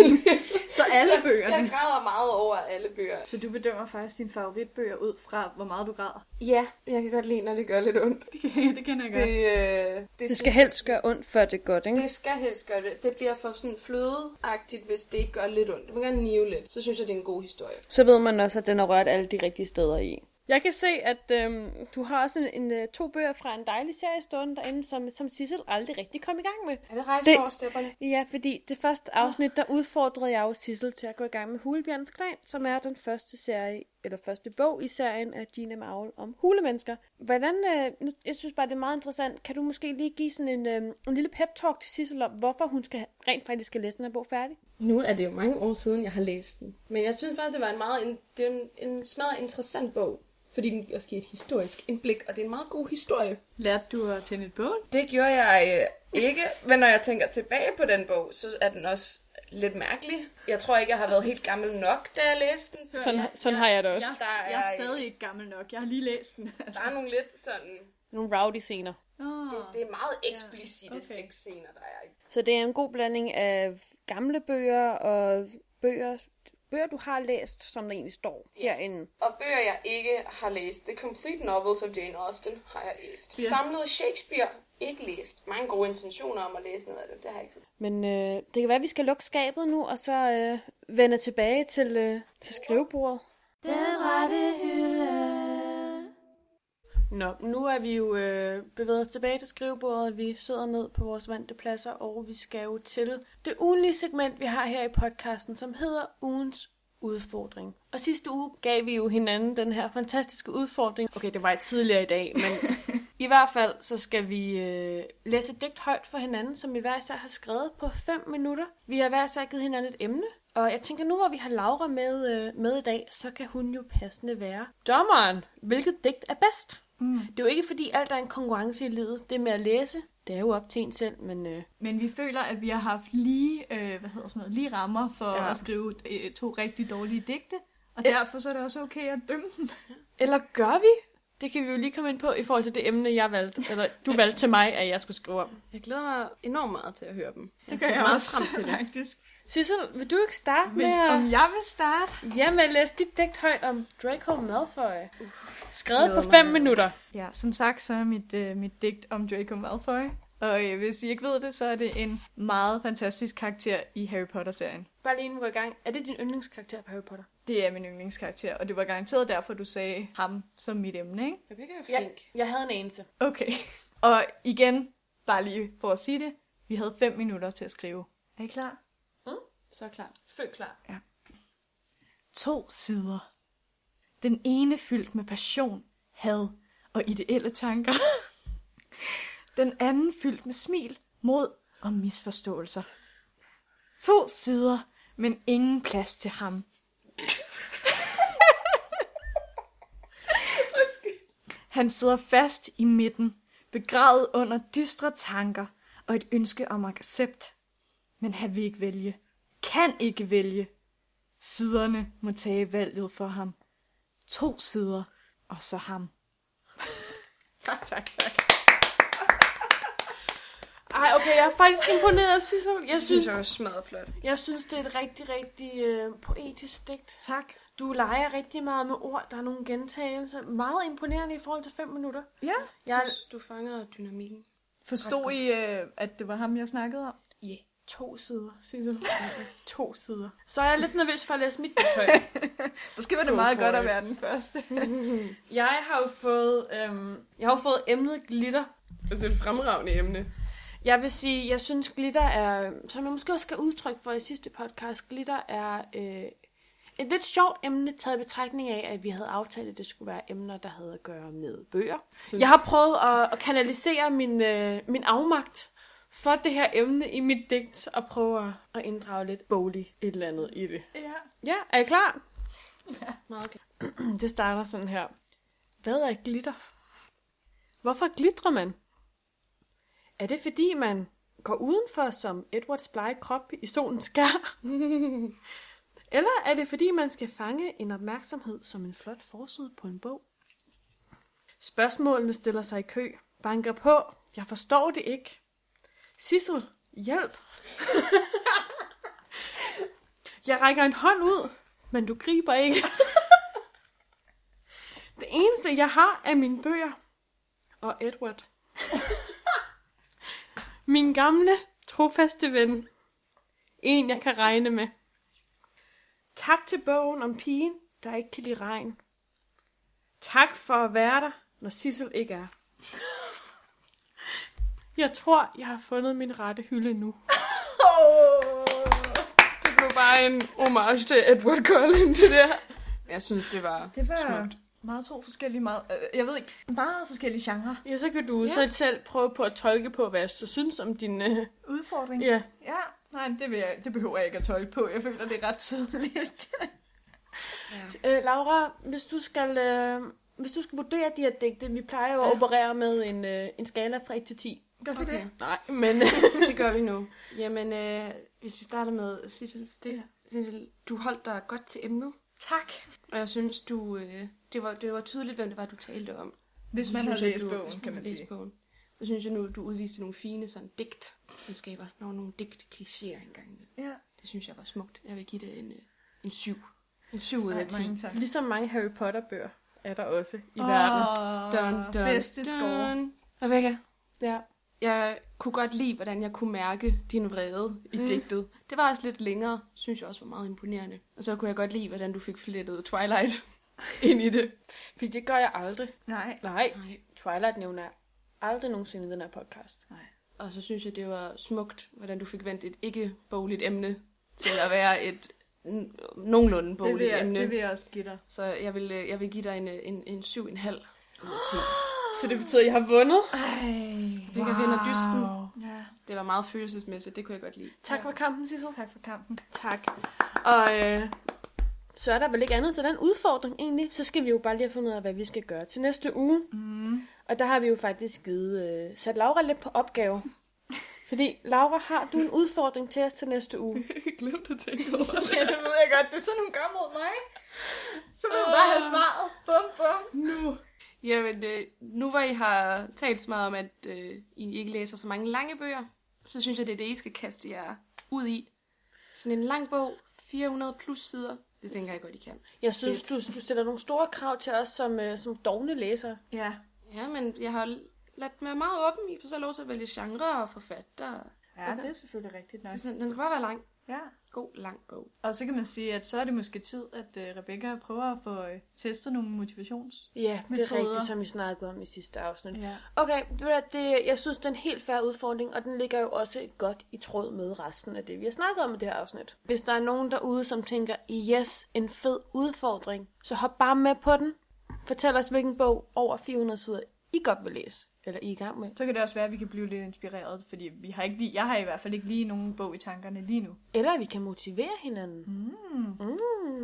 [SPEAKER 1] så alle
[SPEAKER 3] Jeg
[SPEAKER 1] bøgerne.
[SPEAKER 3] græder meget over alle bøger.
[SPEAKER 1] Så du bedømmer faktisk dine favoritbøger ud fra, hvor meget du græder.
[SPEAKER 3] Ja, jeg kan godt lide, når det gør lidt ondt.
[SPEAKER 1] Det, kan- det kender jeg
[SPEAKER 3] Det,
[SPEAKER 1] godt.
[SPEAKER 3] øh,
[SPEAKER 6] Det skal helst gøre ondt, før det er godt, ikke?
[SPEAKER 3] Det skal helst gøre det. Det bliver for sådan flødeagtigt, hvis det ikke gør lidt ondt. Det må gerne nive lidt. Så synes jeg, det er en god historie.
[SPEAKER 6] Så ved man også, at den har rørt alle de rigtige steder i.
[SPEAKER 2] Jeg kan se, at øhm, du har også en, en, øh, to bøger fra en dejlig serie stående derinde, som, som Sissel aldrig rigtig kom i gang med.
[SPEAKER 3] Er det rejse
[SPEAKER 6] Det-
[SPEAKER 3] det... over stepperne?
[SPEAKER 6] Ja, fordi det første afsnit, der udfordrede jeg jo Sissel til at gå i gang med Hulebjørnens Klan, som er den første serie, eller første bog i serien af Gina Maul om hulemennesker. Hvordan, øh, nu- jeg synes bare, det er meget interessant. Kan du måske lige give sådan en, øh, en lille pep-talk til Sissel om, hvorfor hun skal, rent faktisk skal læse den her bog færdig?
[SPEAKER 3] Nu er det jo mange år siden, jeg har læst den. Men jeg synes faktisk, det var en meget en, det er en, en smadret interessant bog. Fordi den også giver et historisk indblik, og det er en meget god historie.
[SPEAKER 1] Lærte du at tænde et bål?
[SPEAKER 3] Det gjorde jeg øh, ikke, men når jeg tænker tilbage på den bog, så er den også lidt mærkelig. Jeg tror ikke, jeg har været helt gammel nok, da jeg læste den. Før.
[SPEAKER 2] Sådan, sådan har jeg det også.
[SPEAKER 3] Der er,
[SPEAKER 1] Jeg er stadig ikke gammel nok. Jeg har lige læst den.
[SPEAKER 3] der er nogle lidt sådan...
[SPEAKER 6] Nogle rowdy scener.
[SPEAKER 3] Det, det er meget eksplicite
[SPEAKER 1] okay.
[SPEAKER 3] okay. sexscener, der er.
[SPEAKER 6] Så det er en god blanding af gamle bøger og bøger, bøger du har læst, som der egentlig står herinde.
[SPEAKER 3] Og bøger, jeg ikke har læst. The Complete Novels of Jane Austen har jeg læst. Yeah. Samlet Shakespeare ikke læst. Mange gode intentioner om at læse noget af det. Det har jeg ikke fået.
[SPEAKER 6] Men øh, det kan være, at vi skal lukke skabet nu, og så øh, vende tilbage til, øh, til skrivebordet.
[SPEAKER 2] Nå, nu er vi jo øh, bevæget os tilbage til skrivebordet, vi sidder ned på vores vante pladser, og vi skal jo til det ugenlige segment, vi har her i podcasten, som hedder ugens udfordring. Og sidste uge gav vi jo hinanden den her fantastiske udfordring. Okay, det var tidligere i dag, men i hvert fald så skal vi øh, læse et digt højt for hinanden, som vi hver især har skrevet på 5 minutter. Vi har hver især givet hinanden et emne, og jeg tænker nu, hvor vi har Laura med, øh, med i dag, så kan hun jo passende være dommeren. Hvilket digt er bedst? Mm. Det er jo ikke fordi alt er en konkurrence i livet. Det med at læse, det er jo op til en selv, men øh,
[SPEAKER 1] Men vi føler, at vi har haft lige, øh, hvad hedder sådan noget, lige rammer for
[SPEAKER 2] Ja.
[SPEAKER 1] ja. at skrive øh, to rigtig dårlige digte. Og derfor så er det også okay at dømme dem.
[SPEAKER 2] Eller gør vi? Det kan vi jo lige komme ind på i forhold til det emne, jeg valgte. Eller du valgte til mig, at jeg skulle skrive om.
[SPEAKER 3] Jeg glæder mig enormt meget til at høre dem.
[SPEAKER 1] Det gør jeg også, frem til det. faktisk.
[SPEAKER 2] Sissel, vil du ikke starte med at...
[SPEAKER 1] Om jeg vil starte?
[SPEAKER 2] Ja, med at læse dit digt højt om Draco Malfoy. Skrevet på fem minutter.
[SPEAKER 1] Ja, som sagt, så er mit, øh, mit digt om Draco Malfoy. Og øh, hvis I ikke ved det, så er det en meget fantastisk karakter i Harry Potter-serien.
[SPEAKER 2] Bare lige inden vi går i gang. Er det din yndlingskarakter fra Harry Potter?
[SPEAKER 1] Det er min yndlingskarakter, og det var garanteret derfor, du sagde ham som mit emne, ikke?
[SPEAKER 3] Rebecca er
[SPEAKER 2] Jeg, jeg havde en anelse.
[SPEAKER 1] Okay. Og igen, bare lige for at sige det, vi havde fem minutter til at skrive. Er I klar?
[SPEAKER 2] Så klar. Følg klar.
[SPEAKER 1] To sider. Den ene fyldt med passion, had og ideelle tanker. Den anden fyldt med smil, mod og misforståelser. To sider, men ingen plads til ham. Han sidder fast i midten, begravet under dystre tanker og et ønske om accept. Men han vil ikke vælge. Kan ikke vælge. Siderne må tage valget for ham. To sider, og så ham.
[SPEAKER 2] Tak, tak, tak. Ej, okay, jeg er faktisk imponeret, Sissel. Jeg synes,
[SPEAKER 3] Det var smadret flot.
[SPEAKER 2] jeg synes, det er et rigtig, rigtig øh, poetisk digt.
[SPEAKER 1] Tak.
[SPEAKER 2] Du leger rigtig meget med ord. Der er nogle gentagelser. Meget imponerende i forhold til 5 minutter.
[SPEAKER 1] Ja.
[SPEAKER 2] Jeg
[SPEAKER 3] synes, du fanger dynamikken.
[SPEAKER 1] Forstod I, øh, at det var ham, jeg snakkede om?
[SPEAKER 2] Ja, yeah, to sider, Sissel. to sider. Så er jeg lidt nervøs for at læse mit bog.
[SPEAKER 1] Måske var det meget godt at være den første.
[SPEAKER 2] Jeg har jo fået, øhm, jeg har jo fået emnet glitter.
[SPEAKER 3] Altså et fremragende emne.
[SPEAKER 2] Jeg vil sige, jeg synes glitter er, som jeg måske også skal udtrykke for i sidste podcast, glitter er øh, et lidt sjovt emne taget i betragtning af, at vi havde aftalt, at det skulle være emner, der havde at gøre med bøger. Jeg har prøvet at, at kanalisere min, øh, min afmagt for det her emne i mit digt, og prøve at- at inddrage lidt bolig et eller andet i det.
[SPEAKER 1] ja.
[SPEAKER 2] Ja, er I klar? Ja, meget klar. Det starter sådan her. Hvad er glitter? Hvorfor glitrer man? Er det fordi, man går udenfor som Edwards blege krop i solens skær? Eller er det fordi, man skal fange en opmærksomhed som en flot forside på en bog? Spørgsmålene stiller sig i kø, banker på, jeg forstår det ikke. Sissel, hjælp! Jeg rækker en hånd ud, men du griber ikke. Det eneste, jeg har, er mine bøger. Og Edward. Min gamle, trofaste ven. En, jeg kan regne med. Tak til bogen om pigen, der ikke kan lide regn. Tak for at være der, når Sissel ikke er. Jeg tror, jeg har fundet min rette hylde nu.
[SPEAKER 3] Det blev bare en homage til Edward Cullen, det der. Jeg synes, det var...
[SPEAKER 1] Det var
[SPEAKER 3] Smukt.
[SPEAKER 1] meget to forskellige, meget, øh, jeg ved ikke, meget forskellige genrer.
[SPEAKER 2] Ja, så kan du ja. så selv prøve på at tolke på, hvad jeg så synes om din... Øh,
[SPEAKER 1] Udfordring.
[SPEAKER 2] ja.
[SPEAKER 1] Ja. Nej, det, vil jeg, det behøver jeg ikke at tolke på. Jeg føler, det er ret tydeligt.
[SPEAKER 2] Øh, Laura, hvis du skal... Øh, hvis du skal vurdere de her digte, vi plejer jo at operere med en, øh, en skala fra 1 til 10.
[SPEAKER 1] Gør vi det?
[SPEAKER 2] Nej, men...
[SPEAKER 3] Det gør vi nu. Jamen, øh, hvis vi starter med Sissels digt. Ja. Sissel, du holdt dig godt til emnet.
[SPEAKER 1] Tak.
[SPEAKER 3] Og jeg synes, du, øh, det, var, det var tydeligt, hvem det var, du talte om.
[SPEAKER 1] Hvis man har
[SPEAKER 3] synes jeg,
[SPEAKER 1] læst
[SPEAKER 3] du-
[SPEAKER 1] bogen,
[SPEAKER 3] hvis
[SPEAKER 1] kan man
[SPEAKER 3] har læst
[SPEAKER 1] sige.
[SPEAKER 3] Bogen. Jeg synes jeg nu, du udviste nogle fine sådan digt, som skaber nogle, nogle digt-klichéer engang.
[SPEAKER 1] Ja.
[SPEAKER 3] Det synes jeg var smukt. Jeg vil give det en, øh, en syv. En syv ud
[SPEAKER 1] Ej,
[SPEAKER 3] af ti.
[SPEAKER 1] mange tak.
[SPEAKER 2] Ligesom mange Harry Potter-bøger er der også i oh. verden.
[SPEAKER 3] Dun, dun,
[SPEAKER 1] Bedste score.
[SPEAKER 3] dun. Rebecca,
[SPEAKER 2] Ja.
[SPEAKER 3] jeg kunne godt lide, hvordan jeg kunne mærke din vrede i mm. digtet. Det var også lidt længere, synes jeg også var meget imponerende. Og så kunne jeg godt lide, hvordan du fik flettet Twilight ind i det.
[SPEAKER 2] Fordi det gør jeg aldrig.
[SPEAKER 1] Nej.
[SPEAKER 2] Nej,
[SPEAKER 3] Nej.
[SPEAKER 2] Twilight nævner jeg aldrig nogensinde i den her podcast.
[SPEAKER 3] Og så synes jeg, det var smukt, hvordan du fik vendt et ikke-bogligt emne til at være et n- nogenlunde
[SPEAKER 1] Det vil,
[SPEAKER 3] bogligt
[SPEAKER 1] jeg,
[SPEAKER 3] emne.
[SPEAKER 1] det vil jeg også give dig.
[SPEAKER 3] Så jeg vil, øh, jeg vil give dig en, øh, en, en 7,5 ud af 10.
[SPEAKER 2] Så det betyder, at jeg har vundet.
[SPEAKER 1] Ej,
[SPEAKER 3] Hvilket vinder dysten.
[SPEAKER 1] Ja.
[SPEAKER 3] Det var meget følelsesmæssigt, det kunne jeg godt lide.
[SPEAKER 2] Tak for kampen, Sissel.
[SPEAKER 1] Tak for kampen.
[SPEAKER 2] Tak. Og øh, så er der vel ikke andet til den udfordring egentlig. Så skal vi jo bare lige have fundet ud af, hvad vi skal gøre til næste uge.
[SPEAKER 1] Mm.
[SPEAKER 2] Og der har vi jo faktisk givet, øh, sat Laura lidt på opgave. Fordi, Laura, har du en udfordring til os til næste uge?
[SPEAKER 3] Jeg glemte at tænke over det.
[SPEAKER 1] Ja, det ved jeg godt. Det er sådan, hun gør mod mig. Så vil hun bare have svaret. Bum, bum.
[SPEAKER 3] Nu. Jamen, øh, nu hvor I har talt så meget om, at øh, I ikke læser så mange lange bøger, så synes jeg, det er det, I skal kaste jer ud i. Sådan en lang bog, 400 plus sider. Det tænker jeg godt, I kan.
[SPEAKER 2] Jeg synes, du, du stiller nogle store krav til os som, øh, som dogne læsere.
[SPEAKER 1] Ja.
[SPEAKER 3] Ja, men jeg har ladt mig meget åben. I får så lov til at vælge genre og forfatter. Altså,
[SPEAKER 1] Ja, okay. det er selvfølgelig rigtigt nok.
[SPEAKER 3] Den den skal bare være lang.
[SPEAKER 1] Ja.
[SPEAKER 3] God, lang bog.
[SPEAKER 1] Og så kan man sige, at så er det måske tid, at øh, Rebecca prøver at få øh, testet nogle motivations...
[SPEAKER 2] Ja, det er
[SPEAKER 1] Metoder.
[SPEAKER 2] rigtigt, som vi snakkede om i sidste afsnit.
[SPEAKER 1] Ja.
[SPEAKER 2] Okay, ved du hvad, det, jeg synes, det er en helt færre udfordring, og den ligger jo også godt i tråd med resten af det, vi har snakket om i det her afsnit. Hvis der er nogen derude, som tænker, yes, en fed udfordring, så hop bare med på den. Fortæl os, hvilken bog over 400 sider I godt vil læse, eller I er i gang med.
[SPEAKER 1] Så kan det også være, at vi kan blive lidt inspireret, fordi vi har ikke lige, jeg har i hvert fald ikke lige nogen bog i tankerne lige nu.
[SPEAKER 2] Eller vi kan motivere hinanden. Mm.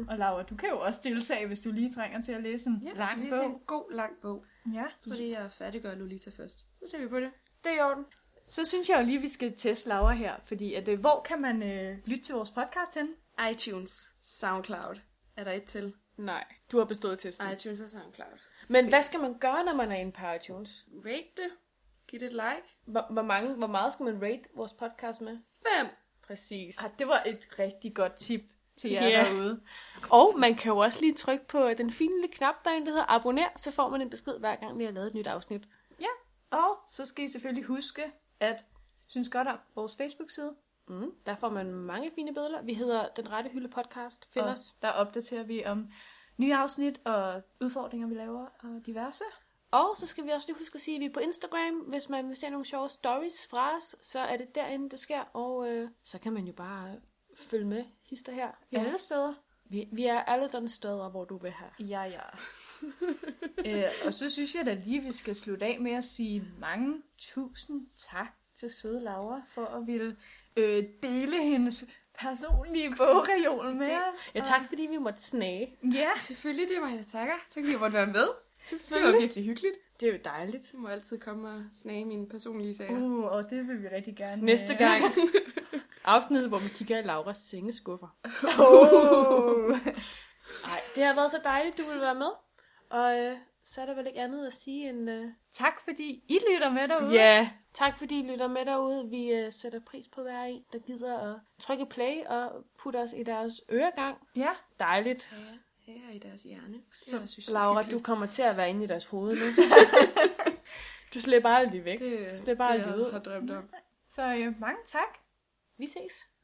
[SPEAKER 1] Og Laura, du kan jo også deltage, hvis du lige trænger til at læse en ja, lang
[SPEAKER 3] Læs
[SPEAKER 1] bog.
[SPEAKER 3] en god, lang bog.
[SPEAKER 1] Ja.
[SPEAKER 3] Jeg tror lige, jeg færdiggør Lolita først. Så ser vi på det.
[SPEAKER 2] Det er i orden.
[SPEAKER 1] Så synes jeg jo lige, vi skal teste Laura her, fordi at, øh, hvor kan man øh, lytte til vores podcast henne?
[SPEAKER 3] iTunes, SoundCloud. Er der et til?
[SPEAKER 2] Nej, du har bestået testen. Ej.
[SPEAKER 3] iTunes og SoundCloud.
[SPEAKER 2] Men hvad skal man gøre, når man er inde på iTunes?
[SPEAKER 3] Rate det. Giv det et like.
[SPEAKER 2] Hvor, hvor, mange, hvor meget skal man rate vores podcast med?
[SPEAKER 3] 5.
[SPEAKER 2] Præcis.
[SPEAKER 1] Ah, det var et rigtig godt tip til jer
[SPEAKER 2] Ja.
[SPEAKER 1] yeah. derude.
[SPEAKER 2] Og man kan jo også lige trykke på den fine lille knap derinde, der hedder abonner, så får man en besked hver gang, vi har lavet et nyt afsnit.
[SPEAKER 1] Ja, og så skal I selvfølgelig huske, at synes godt om vores Facebook-side.
[SPEAKER 2] Mm. Der får man mange fine billeder. Vi hedder Den Rette Hylde Podcast. Find
[SPEAKER 1] Og
[SPEAKER 2] os.
[SPEAKER 1] der opdaterer vi om nye afsnit og udfordringer, vi laver og diverse.
[SPEAKER 2] Og så skal vi også lige huske at sige, at vi er på Instagram. Hvis man vil se nogle sjove stories fra os, så er det derinde, det sker. Og øh, så kan man jo bare øh, følge med hister her. Vi er, alle,
[SPEAKER 1] steder.
[SPEAKER 2] vi, vi er alle de steder, hvor du vil have.
[SPEAKER 1] Ja, ja. øh, og så synes jeg da lige, vi skal slutte af med at sige mange tusind tak til søde Laura for at ville øh, dele hendes personlige bogreol med os.
[SPEAKER 2] Ja, tak fordi vi måtte snage.
[SPEAKER 1] Ja,
[SPEAKER 3] Selvfølgelig, det er mig, der takker. Tak fordi jeg måtte være med. Det
[SPEAKER 2] Selvfølgelig.
[SPEAKER 3] var virkelig hyggeligt.
[SPEAKER 2] Det er jo dejligt.
[SPEAKER 3] Du må altid komme og snage mine personlige sager.
[SPEAKER 2] Mm.
[SPEAKER 1] uh, og det vil vi rigtig gerne.
[SPEAKER 2] Næste gang. Afsnittet, hvor vi kigger i Lauras sengeskuffer.
[SPEAKER 1] Oh.
[SPEAKER 2] Nej, det har været så dejligt, du ville være med. Og øh, så er der vel ikke andet at sige end... Øh...
[SPEAKER 1] tak fordi I lytter med derude.
[SPEAKER 2] Ja. Tak fordi I lytter med derude. Vi øh, sætter pris på hver en, der gider at trykke play og putte os i deres øregang.
[SPEAKER 1] ja.
[SPEAKER 2] Dejligt.
[SPEAKER 3] Her i deres hjerne.
[SPEAKER 2] Så,
[SPEAKER 3] jeg synes,
[SPEAKER 2] Laura, du kommer til at være inde i deres hoved nu. du slipper aldrig væk.
[SPEAKER 3] det,
[SPEAKER 2] slipper aldrig
[SPEAKER 3] jeg
[SPEAKER 2] ud.
[SPEAKER 3] har drømt om.
[SPEAKER 1] Så øh, mange tak.
[SPEAKER 2] Vi ses.